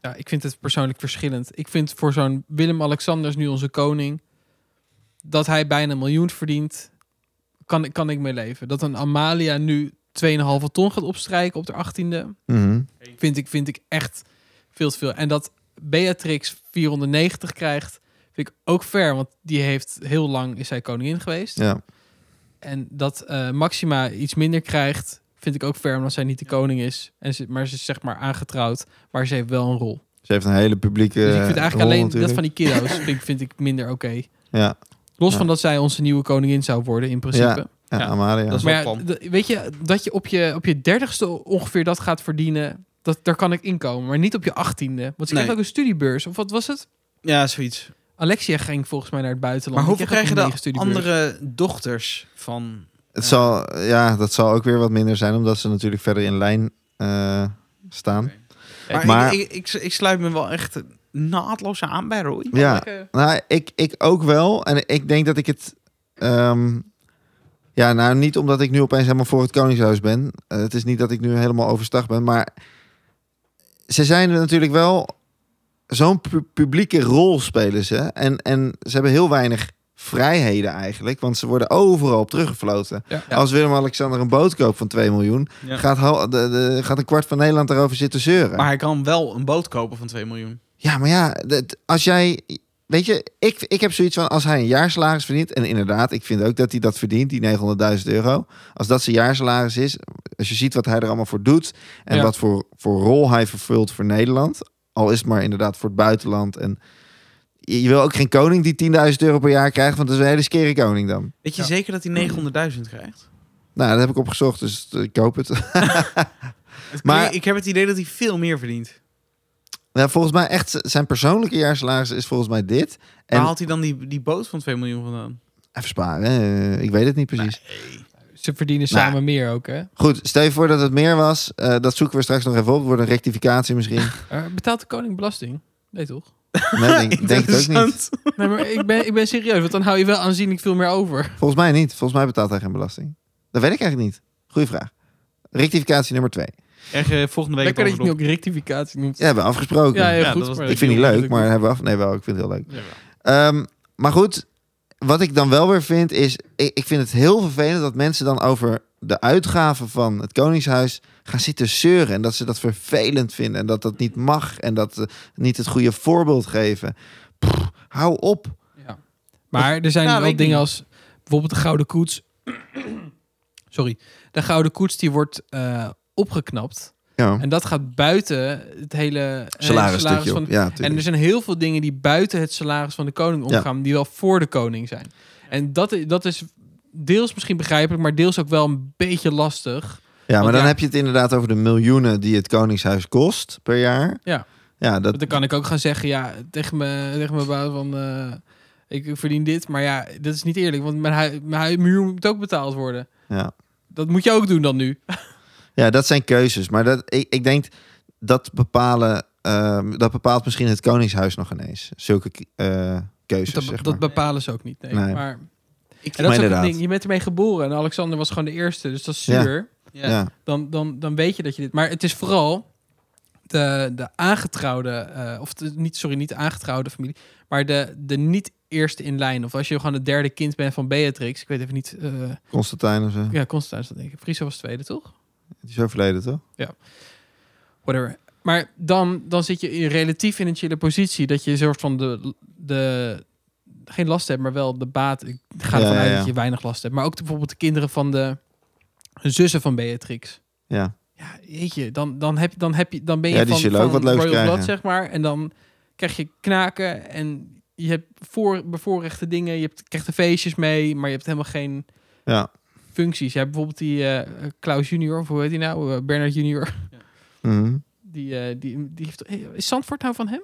A: Ja, ik vind het persoonlijk verschillend. Ik vind voor zo'n Willem-Alexander is nu onze koning. Dat hij bijna een miljoen verdient, kan, kan ik mee leven. Dat een Amalia nu 2,5 ton gaat opstrijken op de 18e,
C: Mhm.
A: vind ik, vind ik echt veel te veel. En dat Beatrix 490 krijgt, vind ik ook fair. Want die heeft heel lang is zij koningin geweest.
C: Ja.
A: En dat eh, Maxima iets minder krijgt, vind ik ook fair, omdat zij niet de koning is. En ze, maar ze is zeg maar aangetrouwd, maar ze heeft wel een rol.
C: Ze heeft een hele publieke.
A: Dus ik vind eigenlijk alleen dat van
C: die.
A: die kiddo's vind, ik- vind ik minder oké.
C: Ja,
A: Los
C: Ja.
A: van dat zij onze nieuwe koningin zou worden in principe.
C: ja,
B: Ja,
C: Amalia.
B: dat is-
A: maar ja,
B: wel plan.
A: d- weet je, dat je op je, op je dertigste ongeveer dat gaat verdienen, dat, daar kan ik inkomen. Maar niet op je achttiende. Want ze
B: Nee.
A: kreeg ook een studiebeurs. Of wat was het?
B: Ja, zoiets.
A: Alexia ging volgens mij naar het buitenland.
B: Maar
A: Die
B: hoeveel
A: kreeg ook
B: krijgen
A: een
B: de
A: negen studiebeurs.
B: andere dochters van...
C: Het zal, ja, dat zal ook weer wat minder zijn, omdat ze natuurlijk verder in lijn eh, staan.
B: Oké. Maar,
C: Maar-
B: Ik, ik, ik, ik sluit me wel echt naadloos aan bij Roy.
C: Ja,
A: Lekker.
C: nou, ik, ik ook wel. En ik denk dat ik het. ehm, ja, nou, niet omdat ik nu opeens helemaal voor het Koningshuis ben. Eh, het is niet dat ik nu helemaal overstag ben. Maar ze zijn er natuurlijk wel. Zo'n pu- publieke rol spelen ze. En, en ze hebben heel weinig vrijheden eigenlijk. Want ze worden overal op teruggefloten.
A: Ja.
C: Als Willem-Alexander een boot koopt van 2 miljoen...
B: Ja.
C: Gaat, hal- de, de- gaat een kwart van Nederland daarover zitten zeuren.
B: Maar hij kan wel een boot kopen van 2 miljoen.
C: Ja, maar ja, dat- als jij... Weet je, ik, ik heb zoiets van als hij een jaarsalaris verdient... en inderdaad, ik vind ook dat hij dat verdient, die 900.000 euro. Als dat zijn jaarsalaris is, als je ziet wat hij er allemaal voor doet... en
A: Ja.
C: wat voor, voor rol hij vervult voor Nederland... al is het maar inderdaad voor het buitenland... en je, je wil ook geen koning die 10.000 euro per jaar krijgt... want dat is een hele skere koning dan.
B: Weet je
A: Ja.
B: zeker dat hij 900.000 krijgt?
C: Nou, dat heb ik opgezocht, dus eh, ik hoop het. Maar-
B: Maar ik heb het idee dat hij veel meer verdient.
C: ja, volgens mij echt, zijn persoonlijke jaarsalaris is volgens mij dit. En
B: Waar haalt hij dan die, die boot van 2 miljoen vandaan?
C: even sparen, eh, ik weet het niet precies.
A: Ze verdienen
C: Nou.
A: samen meer ook, hè?
C: Goed, stel je voor dat het meer was. Eh, dat zoeken we straks nog even op. Het wordt een rectificatie misschien.
A: Eh, betaalt de koning belasting? Nee, toch?
C: Nee, denk, denk het ook niet.
A: Nee, maar ik ben, ik ben serieus, want dan hou je wel aanzienlijk veel meer over.
C: Volgens mij niet. Volgens mij betaalt hij geen belasting. Dat weet ik eigenlijk niet. Goeie vraag. Rectificatie nummer twee.
B: Echt, eh, volgende week
A: Lekker dat je het nu
B: komen we
A: ook rectificatie noemt.
C: Ja, hebben we afgesproken.
A: Ja, heel
B: Ja,
A: goed.
B: dat was-
A: maar
C: ik vind het niet
A: wil
C: leuk, maar
A: natuurlijk
C: hebben we af... Nee, wel, ik vind het heel leuk.
B: erop. Jawel.
C: Ehm, maar goed, wat ik dan wel weer vind is... Ik, ik vind het heel vervelend dat mensen dan over de uitgaven van het Koningshuis gaan zitten zeuren. En dat ze dat vervelend vinden. En dat dat niet mag. En dat ze niet het goede voorbeeld geven. Pff, hou op.
A: Ja. Maar er zijn
B: Nou, weet
A: wel
B: ik
A: dingen
B: niet.
A: als bijvoorbeeld de gouden koets. Sorry. De gouden koets die wordt eh, opgeknapt.
C: Ja.
A: En dat gaat buiten het hele eh, het hele
C: salarisstukje
A: van.
C: op. Ja,
A: En er
C: tuurlijk.
A: zijn heel veel dingen die buiten het salaris van de koning
C: Ja.
A: omgaan, die wel voor de koning zijn. En dat, i- dat is deels misschien begrijpelijk, maar deels ook wel een beetje lastig.
C: ja, maar
A: want
C: dan
A: ja-
C: heb je het inderdaad over de miljoenen die het Koningshuis kost per jaar.
A: Ja.
C: Ja, dat,
A: Want dan kan ik ook gaan zeggen, ja, tegen mijn, tegen mijn baas van, eh, ik ik verdien dit. Maar ja, dat is niet eerlijk, want mijn, hui- mijn hui- mijn huur moet ook betaald worden.
C: ja.
A: Dat moet je ook doen dan nu.
C: ja, dat zijn keuzes. Maar dat, ik, ik denk dat bepalen, ehm, dat bepaalt misschien het Koningshuis nog ineens. Zulke eh, keuzes,
A: Dat,
C: zeg
A: dat
C: maar.
A: bepalen ze ook niet. Nee.
C: Nee.
A: Maar,
B: Ik-
A: en dat is ook het
C: inderdaad.
A: ding. Je bent ermee geboren en Alexander was gewoon de eerste. Dus dat is
C: Ja.
A: zuur.
B: Ja.
C: ja.
A: Dan, dan, dan weet je dat je dit... Maar het is vooral de, de aangetrouwde... eh, of de, niet, sorry, niet de aangetrouwde familie. Maar de, de niet eerste in lijn. Of als je gewoon het derde kind bent van Beatrix. Ik weet even niet... eh,
C: Constantijn of zo.
A: ja, Constance dat denk ik. Friso was tweede, toch?
C: Die is overleden, toch?
A: Whatever. Maar dan, dan zit je in- relatief in een chille positie. Dat je een soort van de... de geen last hebt, maar wel de baat. Ik ga
C: Ja,
A: ervan
C: ja,
A: uit
C: ja.
A: dat je weinig last hebt. Maar ook de- bijvoorbeeld de kinderen van de zussen van Beatrix.
C: Ja.
A: Ja, jeetje, dan, dan, heb, dan, heb je, dan ben je
C: Ja, die
A: van,
C: zullen
A: van
C: ook wat leuks
A: Royal Blood,
C: krijgen.
A: zeg maar. En dan krijg je knaken en je hebt voor, bevoorrechte dingen. Je hebt, krijgt de feestjes mee, maar je hebt helemaal geen
C: Ja.
A: functies. Je hebt bijvoorbeeld die eh, Klaus junior, of hoe heet die nou? Eh, Bernard junior.
C: Mhm.
A: Die, eh, die, die heeft, eh, is Zandvoort nou van hem?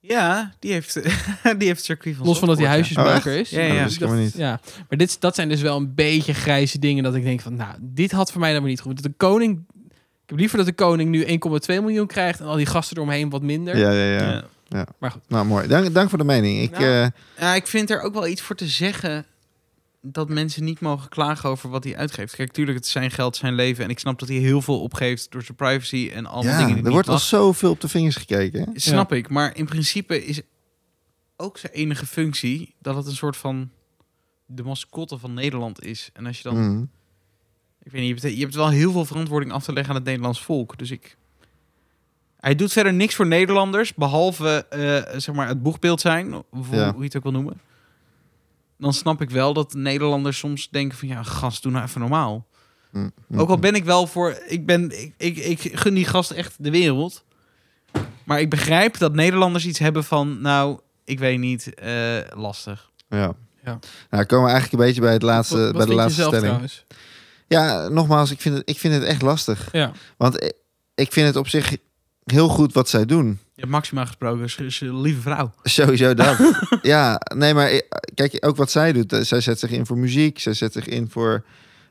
B: Ja, die heeft, die heeft het circuit van
A: Los van dat hij
B: Zandvoort, ja.
A: huisjesmaker is.
B: Ja, ja,
C: Nou,
B: ja.
C: dat wist ik helemaal niet.
A: Ja, maar dit, is- dat zijn dus wel een beetje grijze dingen dat ik denk van, nou, dit had voor mij dan maar niet goed. Dat de koning, ik heb liever dat de koning nu 1,2 miljoen krijgt en al die gasten eromheen wat minder.
C: Ja, ja, ja,
B: Ja.
C: Nou, mooi. Dank, dank voor de mening. Ik,
A: Nou.
C: eh,
B: Ja, ik vind er ook wel iets voor te zeggen dat mensen niet mogen klagen over wat hij uitgeeft. Kijk, tuurlijk, het is zijn geld, zijn leven. En ik snap dat hij heel veel opgeeft door zijn privacy en allemaal
C: ja,
B: dingen die
C: er wordt al
B: als...
C: zoveel op de vingers gekeken. hè?
B: Snap ik, maar in principe is ook zijn enige functie dat het een soort van de mascotte van Nederland is. En als je dan...
C: Mhm.
B: Ik weet niet, je hebt, je hebt wel heel veel verantwoording af te leggen aan het Nederlands volk. Dus ik... Hij doet verder niks voor Nederlanders, behalve eh, zeg maar het boegbeeld zijn, of hoe-
C: Ja.
B: hoe je het ook wil noemen. Dan snap ik wel dat Nederlanders soms denken van ja, gast, doe nou even normaal.
C: Mhm.
B: Ook al ben ik wel voor, ik, ben, ik, ik, ik gun die gast echt de wereld. Maar ik begrijp dat Nederlanders iets hebben van, nou, ik weet niet, eh, lastig.
C: Ja.
A: Ja.
C: Nou, komen we eigenlijk een beetje bij, het laatste,
A: Wat- wat
C: eh, bij de
A: vind je
C: laatste
A: zelf
C: stelling.
A: trouwens?
C: Ja, nogmaals, ik vind, het, ik vind het echt lastig.
A: Ja.
C: Want i- ik vind het op zich heel goed wat zij doen.
B: Je hebt Maxima gesproken, ze is een lieve vrouw.
C: Sowieso dat. ja, nee, maar i- kijk, ook wat zij doet. eh, Zij zet zich in voor muziek. Zij zet zich in voor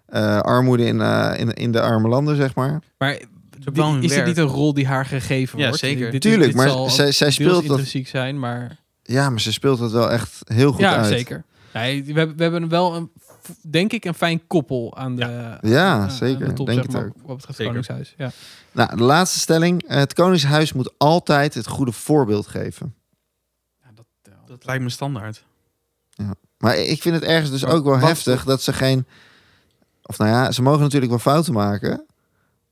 C: eh, armoede in, eh, in, in de arme landen, zeg maar.
A: Maar
B: ook
A: dit-
B: wel hun
A: is dit
B: werk.
A: niet een rol die haar gegeven
B: Ja,
A: wordt? Dit-
B: zeker.
A: dit-
C: Tuurlijk,
A: dit zal
C: maar zij, zij
A: deels
C: speelt dat...
A: intrinsiek zijn, maar
C: Ja, maar ze speelt dat wel echt heel goed
A: ja,
C: uit.
A: zeker. Nee, we, hebben- we hebben wel een, denk ik, een fijn koppel aan de,
C: Ja,
A: aan- aan
C: zeker.
A: de top,
C: Denk
A: zeg
C: het
A: maar,
C: ook.
A: wat betreft
B: Zeker.
A: Koningshuis. Ja.
C: Nou, de laatste stelling. Eh, Het Koningshuis moet altijd het goede voorbeeld geven.
A: Ja, dat,
B: Dat lijkt me standaard.
C: Maar ik vind het ergens dus
B: Maar
C: ook wel
B: wat-
C: heftig dat ze geen... Of nou ja, ze mogen natuurlijk wel fouten maken.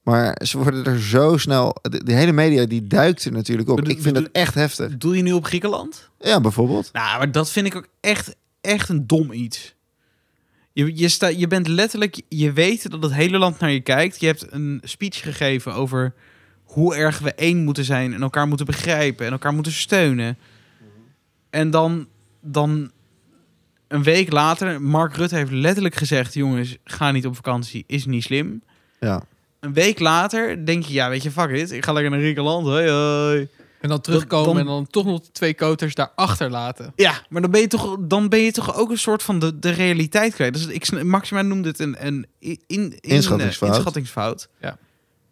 C: Maar ze worden er zo snel... De, de hele media die duikt er natuurlijk op.
B: Bedo-
C: Ik vind dat
B: bedo-
C: echt heftig.
B: Doe je nu op Griekenland?
C: Ja, bijvoorbeeld.
B: Nou, maar dat vind ik ook echt, echt een dom iets. Je, je, sta, je bent letterlijk, je weet dat het hele land naar je kijkt. Je hebt een speech gegeven over hoe erg we één moeten zijn en elkaar moeten begrijpen en elkaar moeten steunen. En dan, dan een week later, Mark Rutte heeft letterlijk gezegd: jongens, ga niet op vakantie, is niet slim.
C: Ja.
B: Een week later denk je, ja, weet je, fuck it, ik ga lekker naar Griekenland. Hoi, hoi.
A: En dan terugkomen
B: dan-
A: en dan toch nog die twee koters daarachter laten.
B: Ja, maar dan ben je toch, dan ben je toch ook een soort van de, de realiteit kwijt. Dus ik, sn- Maxima noemde het een, een in, in,
C: Inschattingsfout.
B: eh, inschattingsfout.
A: Ja.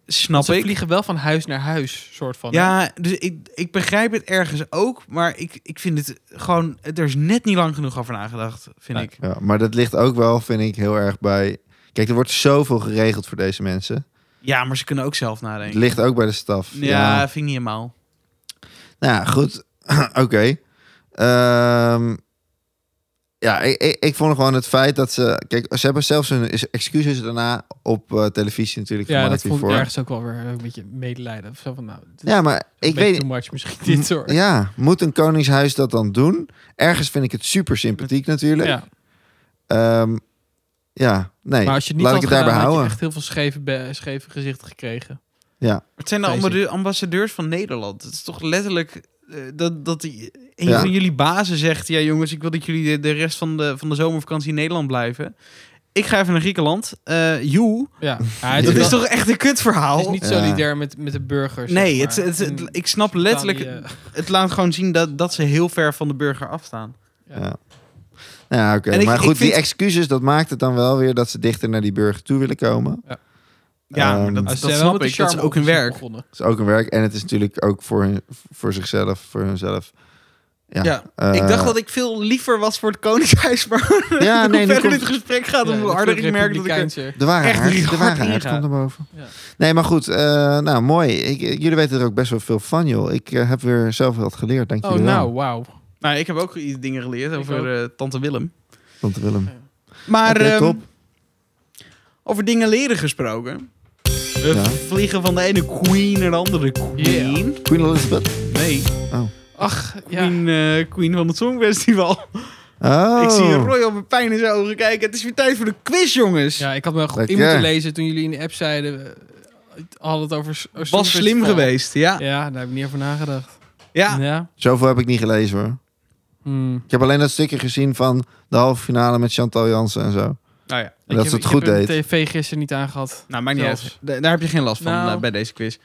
B: Snap
A: ze
B: Nou, ik.
A: vliegen wel van huis naar huis, soort van. hè?
B: Ja, dus ik, ik begrijp het ergens ook, maar ik, ik vind het gewoon, er is net niet lang genoeg over nagedacht, vind
A: Nee.
B: ik.
C: ja. Maar dat ligt ook wel, vind ik, heel erg bij... Kijk, er wordt zoveel geregeld voor deze mensen.
B: Ja, maar ze kunnen ook zelf
C: Het
B: nadenken.
C: ligt ook bij de staf.
B: ja, vind ik niet helemaal.
C: Nou ja, goed. Oké. Ehm, ja, ik, ik, ik vond gewoon het feit dat ze... Kijk, ze hebben zelfs hun is- excuses daarna op eh, televisie natuurlijk
A: Ja,
C: gemaakt
A: dat vond ik
C: hiervoor.
A: ergens ook wel weer een beetje medelijden. Of zo van, nou, dit is
C: Ja, maar
A: een
C: ik
A: beetje
C: weet...
A: too much misschien dit soort.
C: Ja, moet een koningshuis dat dan doen? Ergens vind ik het super sympathiek natuurlijk.
A: Ja,
C: Ja, ja nee.
A: maar als je het niet
C: Laat
A: had
C: ik het daarbij
A: gedaan, had je
C: houden.
A: echt heel veel scheve, be- scheve gezichten gekregen.
B: Het zijn
A: Vrees ik.
B: de ambassadeur- ambassadeurs van Nederland. Het is toch letterlijk eh, dat, dat die, een
C: Ja.
B: van jullie bazen zegt... ja jongens, ik wil dat jullie de, de rest van de, van de zomervakantie in Nederland blijven. Ik ga even naar Griekenland. Eh you,
A: Ja, Ja, het
B: dat is
A: wel-
B: toch echt een
A: het
B: kutverhaal?
A: is niet
C: Ja.
A: solidair met, met de burgers.
B: nee,
A: zeg
B: het,
A: maar. Mm, Hmm.
B: het, het-
A: En
B: ik snap letterlijk...
A: Italië-
B: Het laat gewoon zien dat, dat ze heel ver van de burger afstaan.
C: Nou Ja, oké.
B: En ik-
C: maar
B: ik
C: goed, die
B: vind-
C: excuses, dat maakt het dan wel weer... dat ze dichter naar die burger toe willen komen.
B: Ja, maar
C: Ehm,
B: dat,
A: ze
B: dat
A: zijn wel
B: snap
A: met de
B: ik. Dat is
A: charme
B: ook hun
A: opgezet
B: werk.
A: begonnen.
C: Dat is ook een werk. En het is natuurlijk ook voor, hun, voor zichzelf, voor hunzelf. Ja,
B: Ja,
C: eh,
B: ik dacht dat ik veel liever was voor het Koningshuis, maar
C: Ja, nee,
B: hoe
C: nu
B: verder
C: komt...
B: dit gesprek gaat,
A: Ja,
B: hoe
A: dat
B: harder
A: is
B: ik merk dat ik... er-
A: republikeinser.
C: De waarheid,
B: Echt drie
C: de
B: hard
C: waarheid
B: ingaan.
C: komt erboven.
A: Ja.
C: Nee, maar goed. eh, nou, mooi. Ik, jullie weten er ook best wel veel van, joh. Ik eh, heb weer zelf wat geleerd. Dank
A: Oh,
C: jullie wel.
A: nou, wauw.
B: Nou, ik heb ook iets dingen geleerd
A: Ik
B: over eh, Tante Willem.
C: Tante Willem.
B: Maar
C: Oké,
B: ehm,
C: top.
B: over dingen leren gesproken. We
C: Ja.
B: vliegen van de ene queen naar de andere queen.
C: Queen Elizabeth.
B: Nee,
A: Ach, ja.
B: queen, eh, queen van het Songfestival.
C: Oh.
B: Ik zie Roy al met pijn in zijn ogen kijken. Het is weer tijd voor de quiz, jongens.
A: Ja, ik had me goed in
C: Lekker.
A: moeten lezen toen jullie in de app zeiden... eh, Hadden het over... s- over
B: Was
A: Songfestival.
B: slim geweest, ja. Ja,
A: Ja, daar heb ik niet over nagedacht. ja.
C: Zoveel heb ik niet gelezen, hoor.
A: Hmm.
C: Ik heb alleen dat stukje gezien van de halve finale met Chantal Jansen en zo.
B: nou ja.
C: dat ze het goed
A: Ik heb
C: deed.
A: de tv gisteren niet aangehad.
B: Nou, maakt niet
A: Zelfs.
B: uit. Da- daar heb je geen last van
A: Nou.
B: eh, bij deze quiz.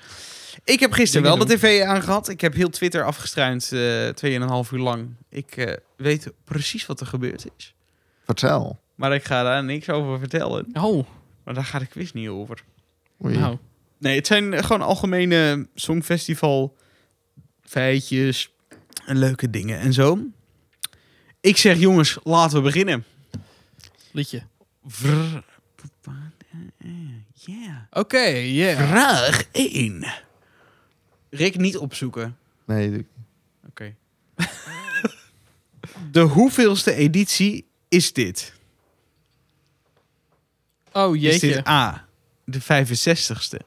B: Ik heb gisteren wel
A: Dingen
B: de tv aangehad. Ik heb heel Twitter afgestruind, eh, tweeënhalf uur lang. Ik eh, weet precies wat er gebeurd is.
C: Vertel.
B: Maar ik ga daar niks over vertellen.
A: Oh,
B: Maar daar gaat de quiz niet over.
C: Oei.
A: nou.
B: Nee, het zijn gewoon algemene songfestival feitjes en leuke dingen en zo. Ik zeg jongens, laten we beginnen.
A: Liedje.
B: Vr- Ja.
A: Oké, yeah.
B: Vraag 1. Rick niet opzoeken.
C: Nee, doe ik niet.
B: De hoeveelste editie is dit?
A: Oh, jeetje.
B: Is dit A, de 65ste?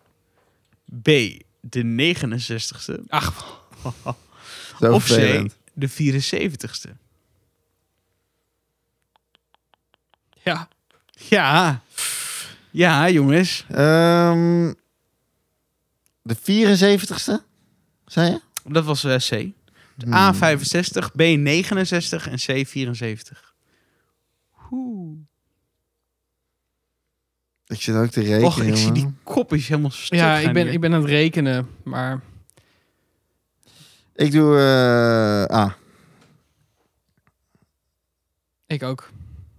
B: B, de 69ste?
A: Ach,
C: Zo
B: Of C,
C: vervelend.
B: de 74ste?
A: ja.
B: Ja. Ja, jongens.
C: Ehm, de 74ste, zei je?
B: Dat was eh, C.
C: Hmm.
B: A 65, B 69 en C 74. Oeh.
C: Ik zit ook te rekenen,
B: Och, ik zie
C: jongen.
B: die kop is helemaal stuk.
A: ja
B: gaan
A: ik, ben,
B: hier.
A: ik ben aan het rekenen, maar...
C: Ik doe eh A.
A: Ik ook.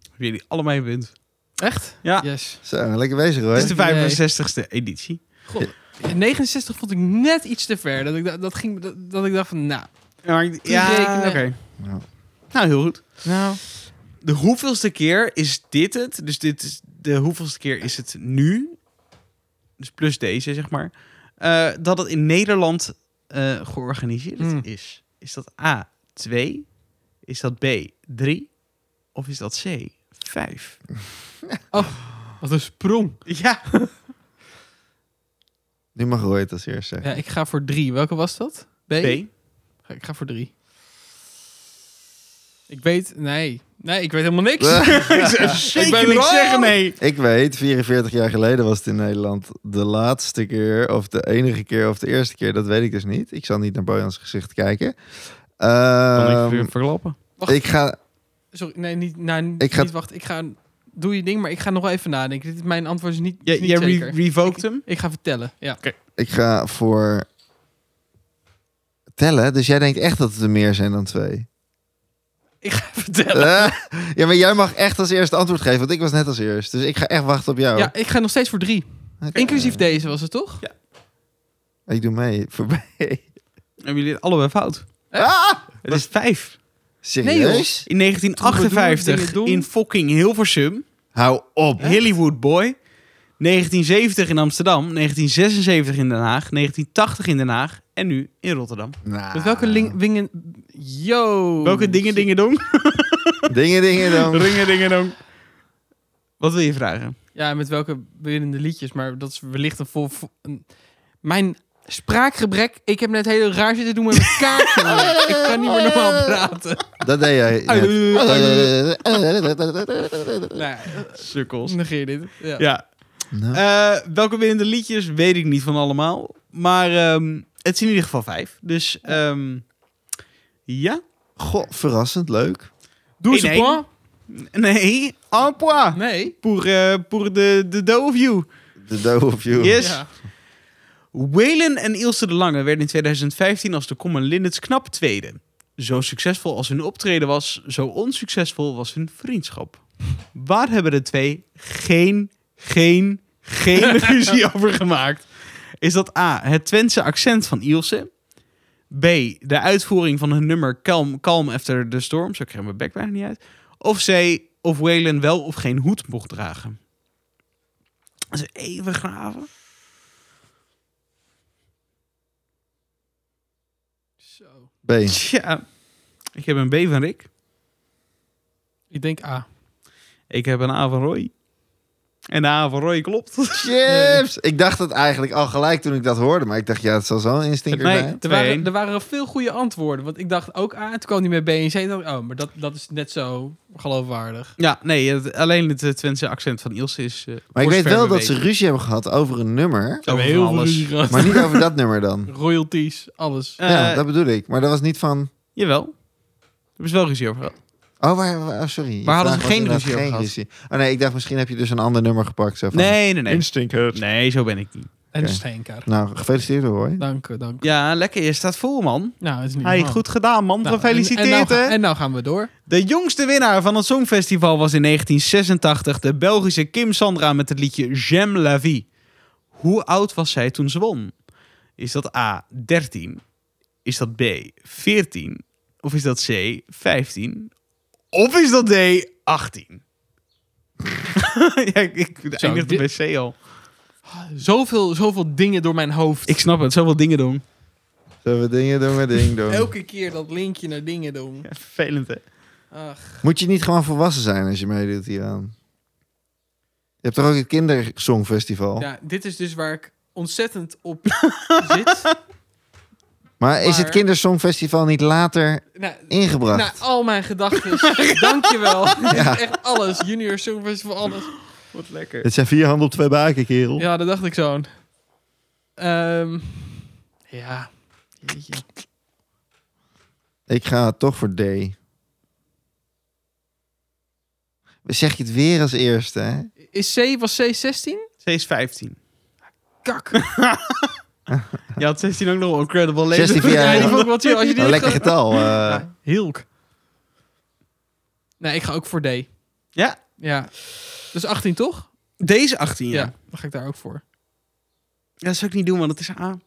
B: Hebben jullie allemaal een punt.
A: Echt?
B: Ja.
A: Yes.
C: Zo, lekker bezig hoor.
B: Het is de
A: Nee.
B: 65ste editie.
A: God, 69 vond ik net iets te ver. Dat ik, da- dat ging, dat, dat ik dacht van, nou...
B: Ja,
A: rekenen.
B: oké.
C: Ja.
B: Nou, heel goed.
A: Nou,
B: De hoeveelste keer is dit het? Dus dit is de hoeveelste keer is het nu? Dus plus deze, zeg maar. eh, dat het in Nederland eh, georganiseerd
A: Hmm.
B: is. Is dat A, 2? Is dat B, 3? Of is dat C? 5.
A: Wat een sprong.
B: Ja.
C: Nu mag Roy het als eerste zeggen.
A: Ja, ik ga voor drie. Welke was dat? B?
B: B.
A: Ga- Ik ga voor drie. Ik weet... Nee. Nee, ik weet helemaal niks.
B: Ik ben
A: wrong.
B: niks zeggen, nee.
C: Ik weet, 44 jaar geleden was het in Nederland de laatste keer, of de enige keer, of de eerste keer, dat weet ik dus niet. Ik zal niet naar Bojan's gezicht kijken. Ehm,
B: verklappen?
A: Wacht.
C: ik ga,
A: Sorry, nee, niet, nou,
C: Ik ga-
A: niet wachten. Ik ga... Doe je ding, maar ik ga nog wel even nadenken. Dit, mijn antwoord is niet,
B: Jij
A: is niet
B: jij re-
A: zeker.
B: revoked hem?
A: Ik ga vertellen, ja.
C: ik ga voor tellen. Dus jij denkt echt dat het er meer zijn dan twee?
A: Ik ga vertellen.
C: Eh, ja, maar jij mag echt als eerste antwoord geven, want ik was net als eerst. Dus ik ga echt wachten op jou.
A: Ja, ik ga nog steeds voor drie.
C: Oké.
A: Inclusief deze was het, toch?
C: Ik doe mee. Voorbij.
B: Hebben jullie het allebei fout?
C: Ah!
B: Het is 5.
C: Serieus?
A: Dingen
B: In 1958
A: doen.
B: in fucking Hilversum.
C: Hou op.
B: Hollywood Boy. 1970 in Amsterdam. 1976 in Den Haag. 1980 in Den Haag. En nu in Rotterdam.
C: Nou.
A: Met welke ling- wingen... Yo!
B: Welke dingen, dingen, dong?
C: Nou. Dingen, dingen dan.
B: Ringen, dingen, dong. Wat wil je vragen?
A: Ja, met welke winnende liedjes, maar dat is wellicht een vol... vol- een- Mijn spraakgebrek... Ik heb net heel raar zitten doen met mijn kaart. jongen. ik kan niet meer normaal praten.
C: Dat deed jij. net.
A: Nou,
B: Sukkels.
A: negeer dit. Ja.
B: Ja.
C: Nou.
B: Eh, welke winnende liedjes weet ik niet van allemaal. Maar ehm, het is in ieder geval vijf. Dus ehm, ja.
C: Goh, verrassend leuk.
A: Doe eens een
B: Eén-één.
A: point.
B: Nee. En point.
A: Nee.
B: Pour, eh, pour de, de doe of you.
C: De doof of you.
B: Yes.
A: Ja.
B: Waylon en Ilse de Lange werden in 2015 als de Common Linnets knap tweede. Zo succesvol als hun optreden was, zo onsuccesvol was hun vriendschap. Waar hebben de twee geen, geen, geen ruzie over gemaakt? Is dat A, het Twentse accent van Ilse? B, de uitvoering van hun nummer Calm, Calm After the Storm? Zo kreeg mijn bek bijna niet uit. Of C, of Waylon wel of geen hoed mocht dragen? Dat is even graven.
A: Zo.
C: B.
B: Tja, ik heb een B van Rick.
A: Ik denk A.
B: Ik heb een A van Roy. En de A van Roy klopt.
C: Chips. Ik dacht het eigenlijk al gelijk toen ik dat hoorde. Maar ik dacht, ja, het zal zo'n instinker
B: Nee.
C: zijn.
A: Er waren, er waren veel goede antwoorden, want ik dacht ook A. En toen kwam die met B en C. En dacht ik, oh, maar dat, dat is net zo geloofwaardig.
B: Ja, nee, het- alleen het eh, Twentse accent van Ilse is... eh,
C: Maar
B: voor
C: ik weet
B: zover
C: wel
B: we
C: dat ze
B: weten.
C: ruzie hebben gehad over een nummer.
B: Over
A: Heel veel
B: alles.
A: ruzie gehad.
C: Maar niet over dat nummer dan.
A: Royalties, alles.
B: Eh,
C: ja, dat bedoel ik. Maar dat was niet van...
B: Jawel. Er is wel ruzie over gehad.
C: Oh, waar, waar- oh, sorry. Je
B: Waar hadden
C: vraag
B: ze geen
C: was inderdaad
B: ruzie over gehad?
C: ruzie. Oh nee, ik dacht misschien heb je dus een ander nummer gepakt. Zo van,
B: Nee, nee, nee.
C: Instinker.
B: Nee, zo ben ik niet.
A: En
C: Oké.
A: Steenker.
C: Nou, gefeliciteerd hoor.
A: Dank, eh, dank.
B: Ja, lekker. Je staat vol, man.
A: Nou, het is niet
B: Hey,
A: normaal.
B: goed gedaan,
A: Nou,
B: man.
A: en- en, nou
B: Gefeliciteerd,
A: ga-
B: hè.
A: en nou gaan we door.
B: De jongste winnaar van het Songfestival was in 1986 de Belgische Kim Sandra met het liedje J'aime la vie. Hoe oud was zij toen ze won? Is dat A, 13? Is dat B, 14? Of is dat C, 15? Of is dat D, 18? ja, ik- ik
A: Zo,
B: eindigde
A: dit-
B: bij C al.
A: Zoveel, zoveel dingen door mijn hoofd.
B: Ik snap het, zoveel dingen doen.
C: Zullen we dingen doen, maar ding doen.
A: Elke keer dat linkje naar dingen doen.
B: Ja, vervelend, hè?
A: Ach,
C: Moet je niet gewoon volwassen zijn als je meedoet hieraan? Je hebt toch ook het kindersongfestival?
A: ja, dit is dus waar ik ontzettend op zit.
C: Maar is het
A: Maar-
C: kindersongfestival niet later
A: Nou, nou,
C: ingebracht?
A: al mijn gedachten. Dankjewel.
C: Ja.
A: Echt alles. Junior Songfestival, alles.
B: Wat lekker.
C: Het zijn vier handen op twee baken, kerel.
A: Ja, dat dacht ik zo'n. Ehm, ja. Jeetje.
C: Ik ga toch voor D. Zeg je het weer als eerste, hè? Oh,
A: Is C, was C 16?
B: C is 15.
A: Kak.
B: Je had 16 ook nog wel incredible lezen.
C: 16 via-
A: Ja,
C: Ja,
A: die
C: ja.
A: vond ik wel chill. Als je die had
C: Een lekker
A: ge-
C: getal. eh.
A: Ja, Hilk. Nee, ik ga ook voor D.
B: Ja,
A: Ja. Dus 18 toch?
B: deze 18
A: Ja.
B: jaar.
A: Dan ga ik daar ook voor.
B: Ja, dat zou ik niet doen, want dat is A.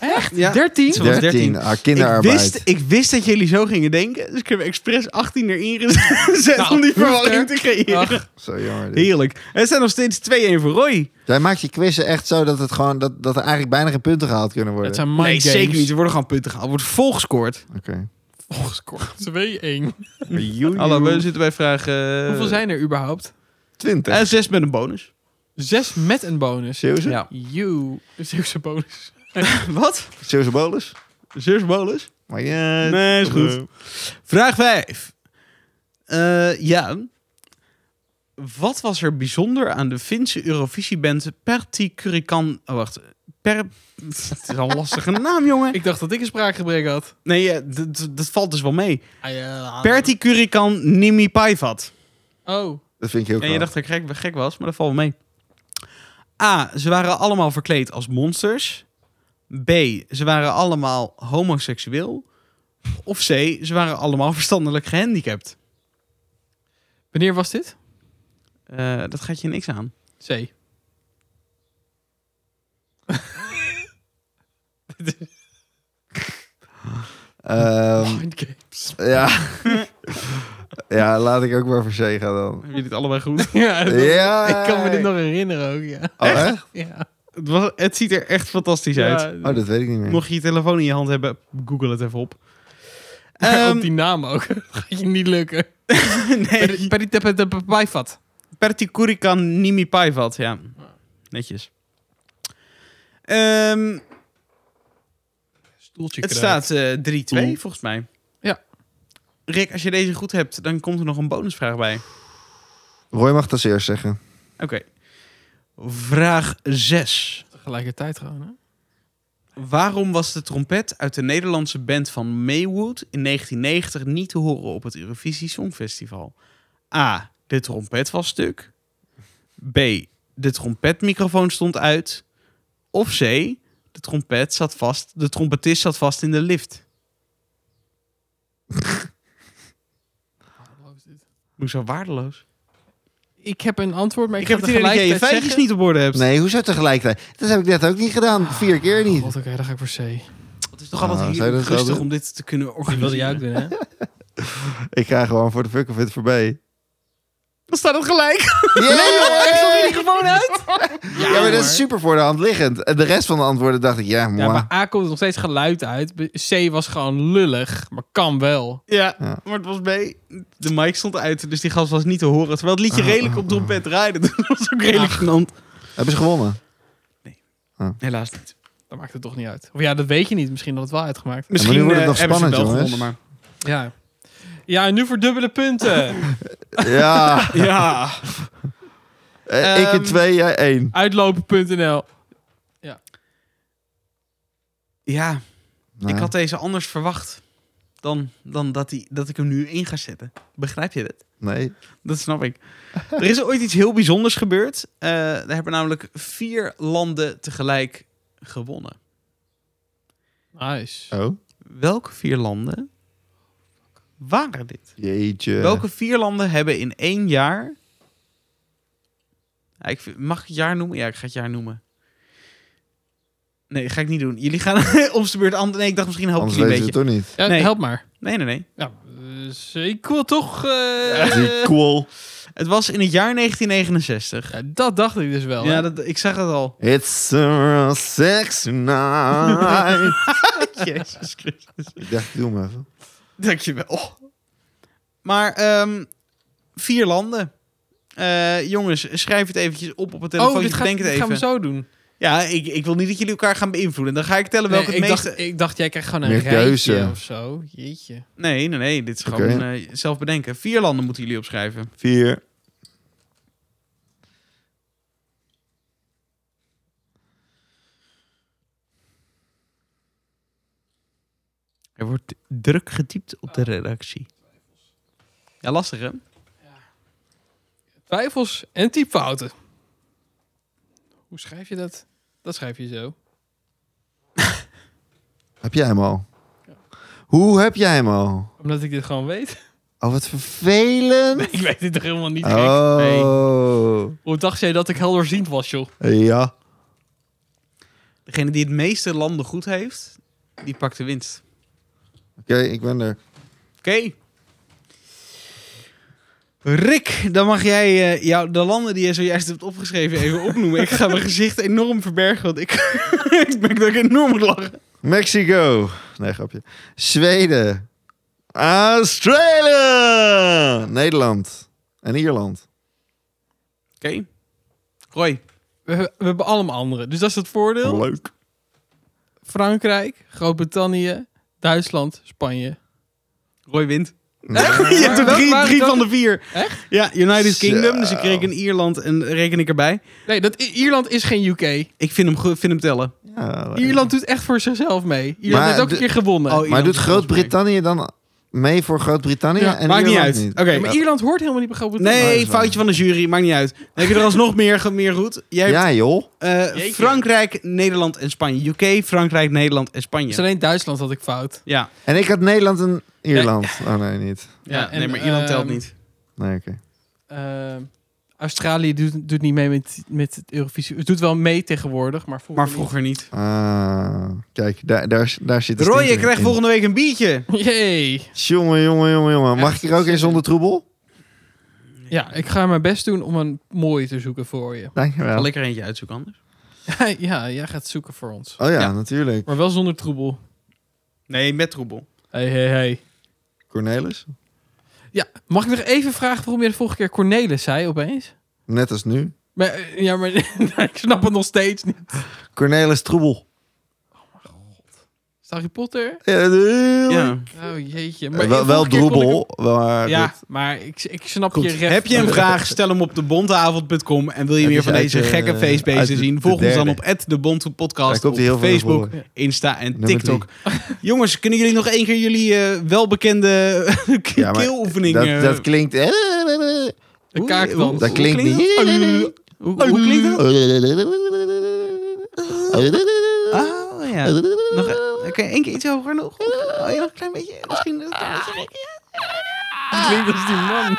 A: Echt?
B: Ja.
A: 13?
B: Zo- was
C: 13,
B: 13.
C: ah,
B: Ik
C: kinderarbeid.
B: wist, ik wist dat jullie zo gingen denken, dus ik heb expres 18 erin gezet
A: Nou,
B: om die
A: hoeft er.
B: verwarring te creëren.
A: Ach,
C: Zo jammer. dit.
B: Heerlijk. Het zijn nog steeds 2-1 voor Roy.
C: Jij maakt je quizzen echt zo dat, het gewoon, dat, dat er eigenlijk bijna geen punten gehaald kunnen worden.
A: het zijn mind
B: nee,
A: games.
B: zeker niet. Er worden gewoon punten gehaald. Er wordt vol gescoord.
C: Oké.
A: gescoord.
C: Eh.
A: 2-1.
B: Hallo, we zitten bij vraag... eh,
A: Hoeveel zijn er überhaupt?
C: 20.
B: eh, zes met een bonus.
A: Zes met een bonus.
C: Zeeuwse?
B: Ja.
A: You. De Zeeuwse bonus.
B: Wat?
C: Zeeuwse bolus?
B: Zes bonus?
C: Maar ja,
B: Nee, is goed. Vraag 5. ja. Wat was er bijzonder aan de Finse Eurovisieband Pertti Kurikan... Oh, wacht. Per... Het is al een lastige naam, jongen.
A: Ik dacht dat ik een spraakgebrek had.
B: Nee, ja, dat- dat- dat valt dus wel mee.
A: Per-
B: Pertti Kurikan Nimi Paivat.
A: Oh.
C: Dat vind ik heel
B: En je
C: knap.
B: dacht dat ik gek, gek was, maar dat valt wel mee. A. Ze waren allemaal verkleed als monsters. B. Ze waren allemaal homoseksueel. Of C. Ze waren allemaal verstandelijk gehandicapt.
A: Wanneer was dit?
B: Eh, dat gaat je niks aan.
A: C.
C: Ehm,
A: Mind games.
C: ja. ja, laat ik ook maar voor C gaan dan.
B: Hebben jullie het allebei goed?
A: Ja, dat-
C: Ja.
A: Ik kan me dit nog herinneren ook, ja.
C: Oh, echt?
A: Ja.
B: het, was, het ziet er echt fantastisch uit.
A: Ja,
C: Oh, dat weet ik niet meer.
B: Mocht je je telefoon in je hand hebben, google het even op.
A: maar
B: Ehm,
A: op die naam ook. Dat gaat je niet lukken.
B: nee,
A: Bijvat.
B: Perticurican Nimi Paivat, ja. Netjes. Ehm,
A: Stoeltje
B: het
A: kruipen.
B: staat eh 3-2 volgens mij.
A: Ja.
B: Rick, als je deze goed hebt, dan komt er nog een bonusvraag bij.
C: Roy mag dat als eerst zeggen.
B: Oké. Vraag 6.
A: Tegelijkertijd gewoon, hè?
B: Waarom was de trompet uit de Nederlandse band van Maywood in 1990 niet te horen op het Eurovisie Songfestival? A. De trompet was stuk. B. De trompetmicrofoon stond uit. Of C. De trompet zat vast. De trompetist zat vast in de lift. Hoe zo waardeloos.
A: Ik heb een antwoord, maar
B: Ik,
A: ik,
B: heb
A: ga
B: het idee dat jij je
A: tegelijkertijd
B: feitjes
A: zeggen-
B: niet op orde hebt.
C: Nee, hoezo tegelijkertijd? Dat heb ik net ook niet gedaan. Vier keer niet.
A: God, oké, dan ga ik voor C.
B: Het is toch altijd
C: Ah,
B: heel
C: zou je dat wel
B: rustig
C: doen?
B: om dit te kunnen
A: Dat wilde jij
B: organiseren.
A: ook doen, hè?
C: Ik ga gewoon voor de fuck of it voorbij.
B: Dan staat het gelijk.
C: Yeah!
A: gewoon uit?
C: Ja, maar dat is super voor de hand liggend. En de rest van de antwoorden dacht ik, ja,
A: Ja,
C: moi.
A: maar A komt er nog steeds geluid uit. B- C was gewoon lullig, maar kan wel.
B: Ja,
C: Ja.
B: maar het was mee. De mic stond uit, dus die gast was niet te horen. Terwijl het liedje redelijk op trompet draaide. Dus dat was ook Ah. redelijk genant.
C: Hebben ze gewonnen?
B: Helaas niet.
A: Dat maakt het toch niet uit. Of ja, dat weet je niet. Misschien had het wel uitgemaakt.
B: Misschien
C: nu wordt het
B: eh,
C: nog
B: hebben ze
C: spannend,
B: wel
C: jongens.
B: gewonnen,
A: Ja. Ja, en nu voor dubbele punten.
C: Ja,
B: maar... Ja.
C: eh, ik
B: Ehm,
C: in twee, jij één.
A: Uitlopen.nl.
B: Ja, ik
C: Nee.
B: had deze anders verwacht dan, dan dat, die, dat ik hem nu in ga zetten. Begrijp je dit?
C: Nee.
B: Dat snap ik. er is ooit iets heel bijzonders gebeurd. Eh, er hebben namelijk vier landen tegelijk gewonnen.
A: Nice.
C: Oh.
B: Welke vier landen waren dit?
C: Jeetje.
B: Welke vier landen hebben in één jaar. Ja, ik vind- mag ik het jaar noemen? Ja, ik ga het jaar noemen. Nee, ga ik niet doen. Jullie gaan om de beurt antwoorden. Nee, ik dacht misschien help ik
C: Anders
B: jullie een
C: weten ze
B: beetje.
C: het toch
A: Ja,
C: niet.
B: Nee.
A: Help maar.
B: Nee, nee, nee.
A: Ja, dus ik wil toch... eh,
C: Cool.
B: Het was in het jaar 1969.
A: ja, dat dacht ik dus wel.
B: Ja,
A: hè.
B: dat, ik zag het al.
C: It's a sexy night.
B: Jezus Christus.
C: ik dacht, doe maar even.
B: Dankjewel. Maar ehm, vier landen. Eh, jongens, schrijf het eventjes op op het
A: oh,
B: telefoon.
A: dit, gaat,
B: Denk het
A: dit gaan we
B: even.
A: zo doen.
B: Ja, ik, ik wil niet dat jullie elkaar gaan beïnvloeden. Dan ga ik tellen welke
A: Nee, ik,
B: het meeste...
A: dacht, ik dacht, jij krijgt gewoon een
C: Meer keuze.
A: rijtje of zo. Jeetje.
B: Nee, nee, nee. Dit is
C: Oké.
B: gewoon eh, zelf bedenken. Vier landen moeten jullie opschrijven.
C: Vier.
B: Er wordt druk getypt op de redactie. Ja, lastig hè?
A: Twijfels en typfouten. Hoe schrijf je dat? Dat schrijf je zo.
C: Heb jij hem al? Hoe heb jij hem al?
A: Omdat ik dit gewoon weet.
C: Oh, wat vervelend.
A: ik weet dit toch helemaal niet. gek?
C: Oh.
A: Hoe dacht jij dat ik helderziend was, joh?
C: Ja.
B: Degene die het meeste landen goed heeft, die pakt de winst.
C: Oké, ik ben er.
B: Oké. Rick, dan mag jij eh, jou, de landen die je zojuist hebt opgeschreven even opnoemen. ik ga mijn gezicht enorm verbergen, want ik, ik ben ook enorm aan het lachen.
C: Mexico. Nee, grapje. Zweden. Australië! Nederland en Ierland.
B: Roy.
A: We, we hebben allemaal andere. Dus dat is het voordeel.
C: Leuk.
A: Frankrijk, Groot-Brittannië, Duitsland, Spanje.
B: Roy wint.
C: Nee.
B: Je hebt er
A: Maar
B: drie,
A: waar-
B: drie
A: dat-
B: van de vier.
A: Echt?
B: Ja, United
C: Zo.
B: Kingdom. Dus ik reken Ierland en reken ik erbij.
A: Nee, dat, I- Ierland is geen UK.
B: Ik vind hem, goed- vind hem tellen.
C: Ja, leuk.
A: Ierland doet echt voor zichzelf mee. Ierland
C: Maar
A: heeft ook
C: de-
A: een keer gewonnen.
B: Oh,
C: Maar
B: Ierland
C: doet
B: is volgens mij.
C: Groot-Brittannië dan mee voor Groot-Brittannië?
A: Ja,
C: en
B: Maakt niet
C: Ierland
B: uit. Oké.
A: Ja, maar Ierland hoort helemaal niet bij Groot-Brittannië.
C: dat is
B: Nee,
C: waar.
B: foutje van de jury. Maakt niet uit. Dan heb je er alsnog meer, ge- meer goed. Jij hebt
C: Ja, joh.
B: eh,
A: Jeetje.
B: Frankrijk, Nederland en Spanje. UK, Frankrijk, Nederland en Spanje.
A: Dus alleen Duitsland had ik fout.
B: Ja,
C: En ik had Nederland en Ierland. Oh nee, niet.
B: ja,
A: Ja, en,
B: nee, maar Ierland telt
A: ehm,
B: niet.
C: Nee, oké.
A: Ehm, Australië doet, doet niet mee met, met het Eurovisie. Het doet wel mee tegenwoordig, maar vroeger
B: Maar vroeger niet.
C: Ah, kijk, daar, daar, daar zit het.
B: Roy, je krijgt volgende week een biertje.
A: niet. Jee.
C: Jongen, jongen, jongen, jongen. Mag ik er ook eens zonder troebel?
A: Ja, ik ga mijn best doen om een mooie te zoeken voor je.
B: Zal
C: Dankjewel.
B: ik er eentje uitzoeken anders?
A: ja, jij gaat zoeken voor ons.
C: Oh ja,
B: Ja.
C: natuurlijk.
A: Maar wel zonder troebel.
B: Nee, met troebel.
A: Hey, hey, hey.
C: Cornelis?
A: Ja, mag ik nog even vragen waarom je de vorige keer Cornelis zei opeens?
C: Net als nu.
A: Maar, eh, ja, maar ik snap het nog steeds niet.
C: Cornelis Troebel.
A: Is Harry Potter?
C: Ja, de-
B: Ja.
A: Oh jeetje. Maar
C: Eh, wel
A: de
C: wel
A: vorige keer kon
C: droebel. Maar
A: ik- Ja,
C: goed.
A: maar ik, ik snap
B: Goed.
A: je recht.
B: Heb je een vraag? Stel hem op debonteavond.com. En wil je
C: Het
B: meer
C: is
B: van
C: uit,
B: deze
C: eh,
B: gekke
C: uit
B: feestbeesten
C: de-
B: zien?
C: de
B: Volg ons dan
C: derde.
B: op debontenpodcast
C: Daar
B: op
C: komt hij heel veel naar
B: Facebook,
C: voren.
B: Insta en
C: Nummer
B: TikTok. Jongens, kunnen jullie nog één keer jullie eh, welbekende
C: Ja, maar
B: keeloefening...
C: Dat,
B: eh,
C: dat klinkt...
A: De kaakdans.
C: Dat klinkt
B: klinkt
C: niet.
B: dat? Hoe, hoe klinkt dat? Ah, ja. Nog, eh, oké, één keer iets
C: Ah.
B: hoger nog. Oh, ja, nog een klein beetje. Misschien...
A: Ah, Klinkt als die man.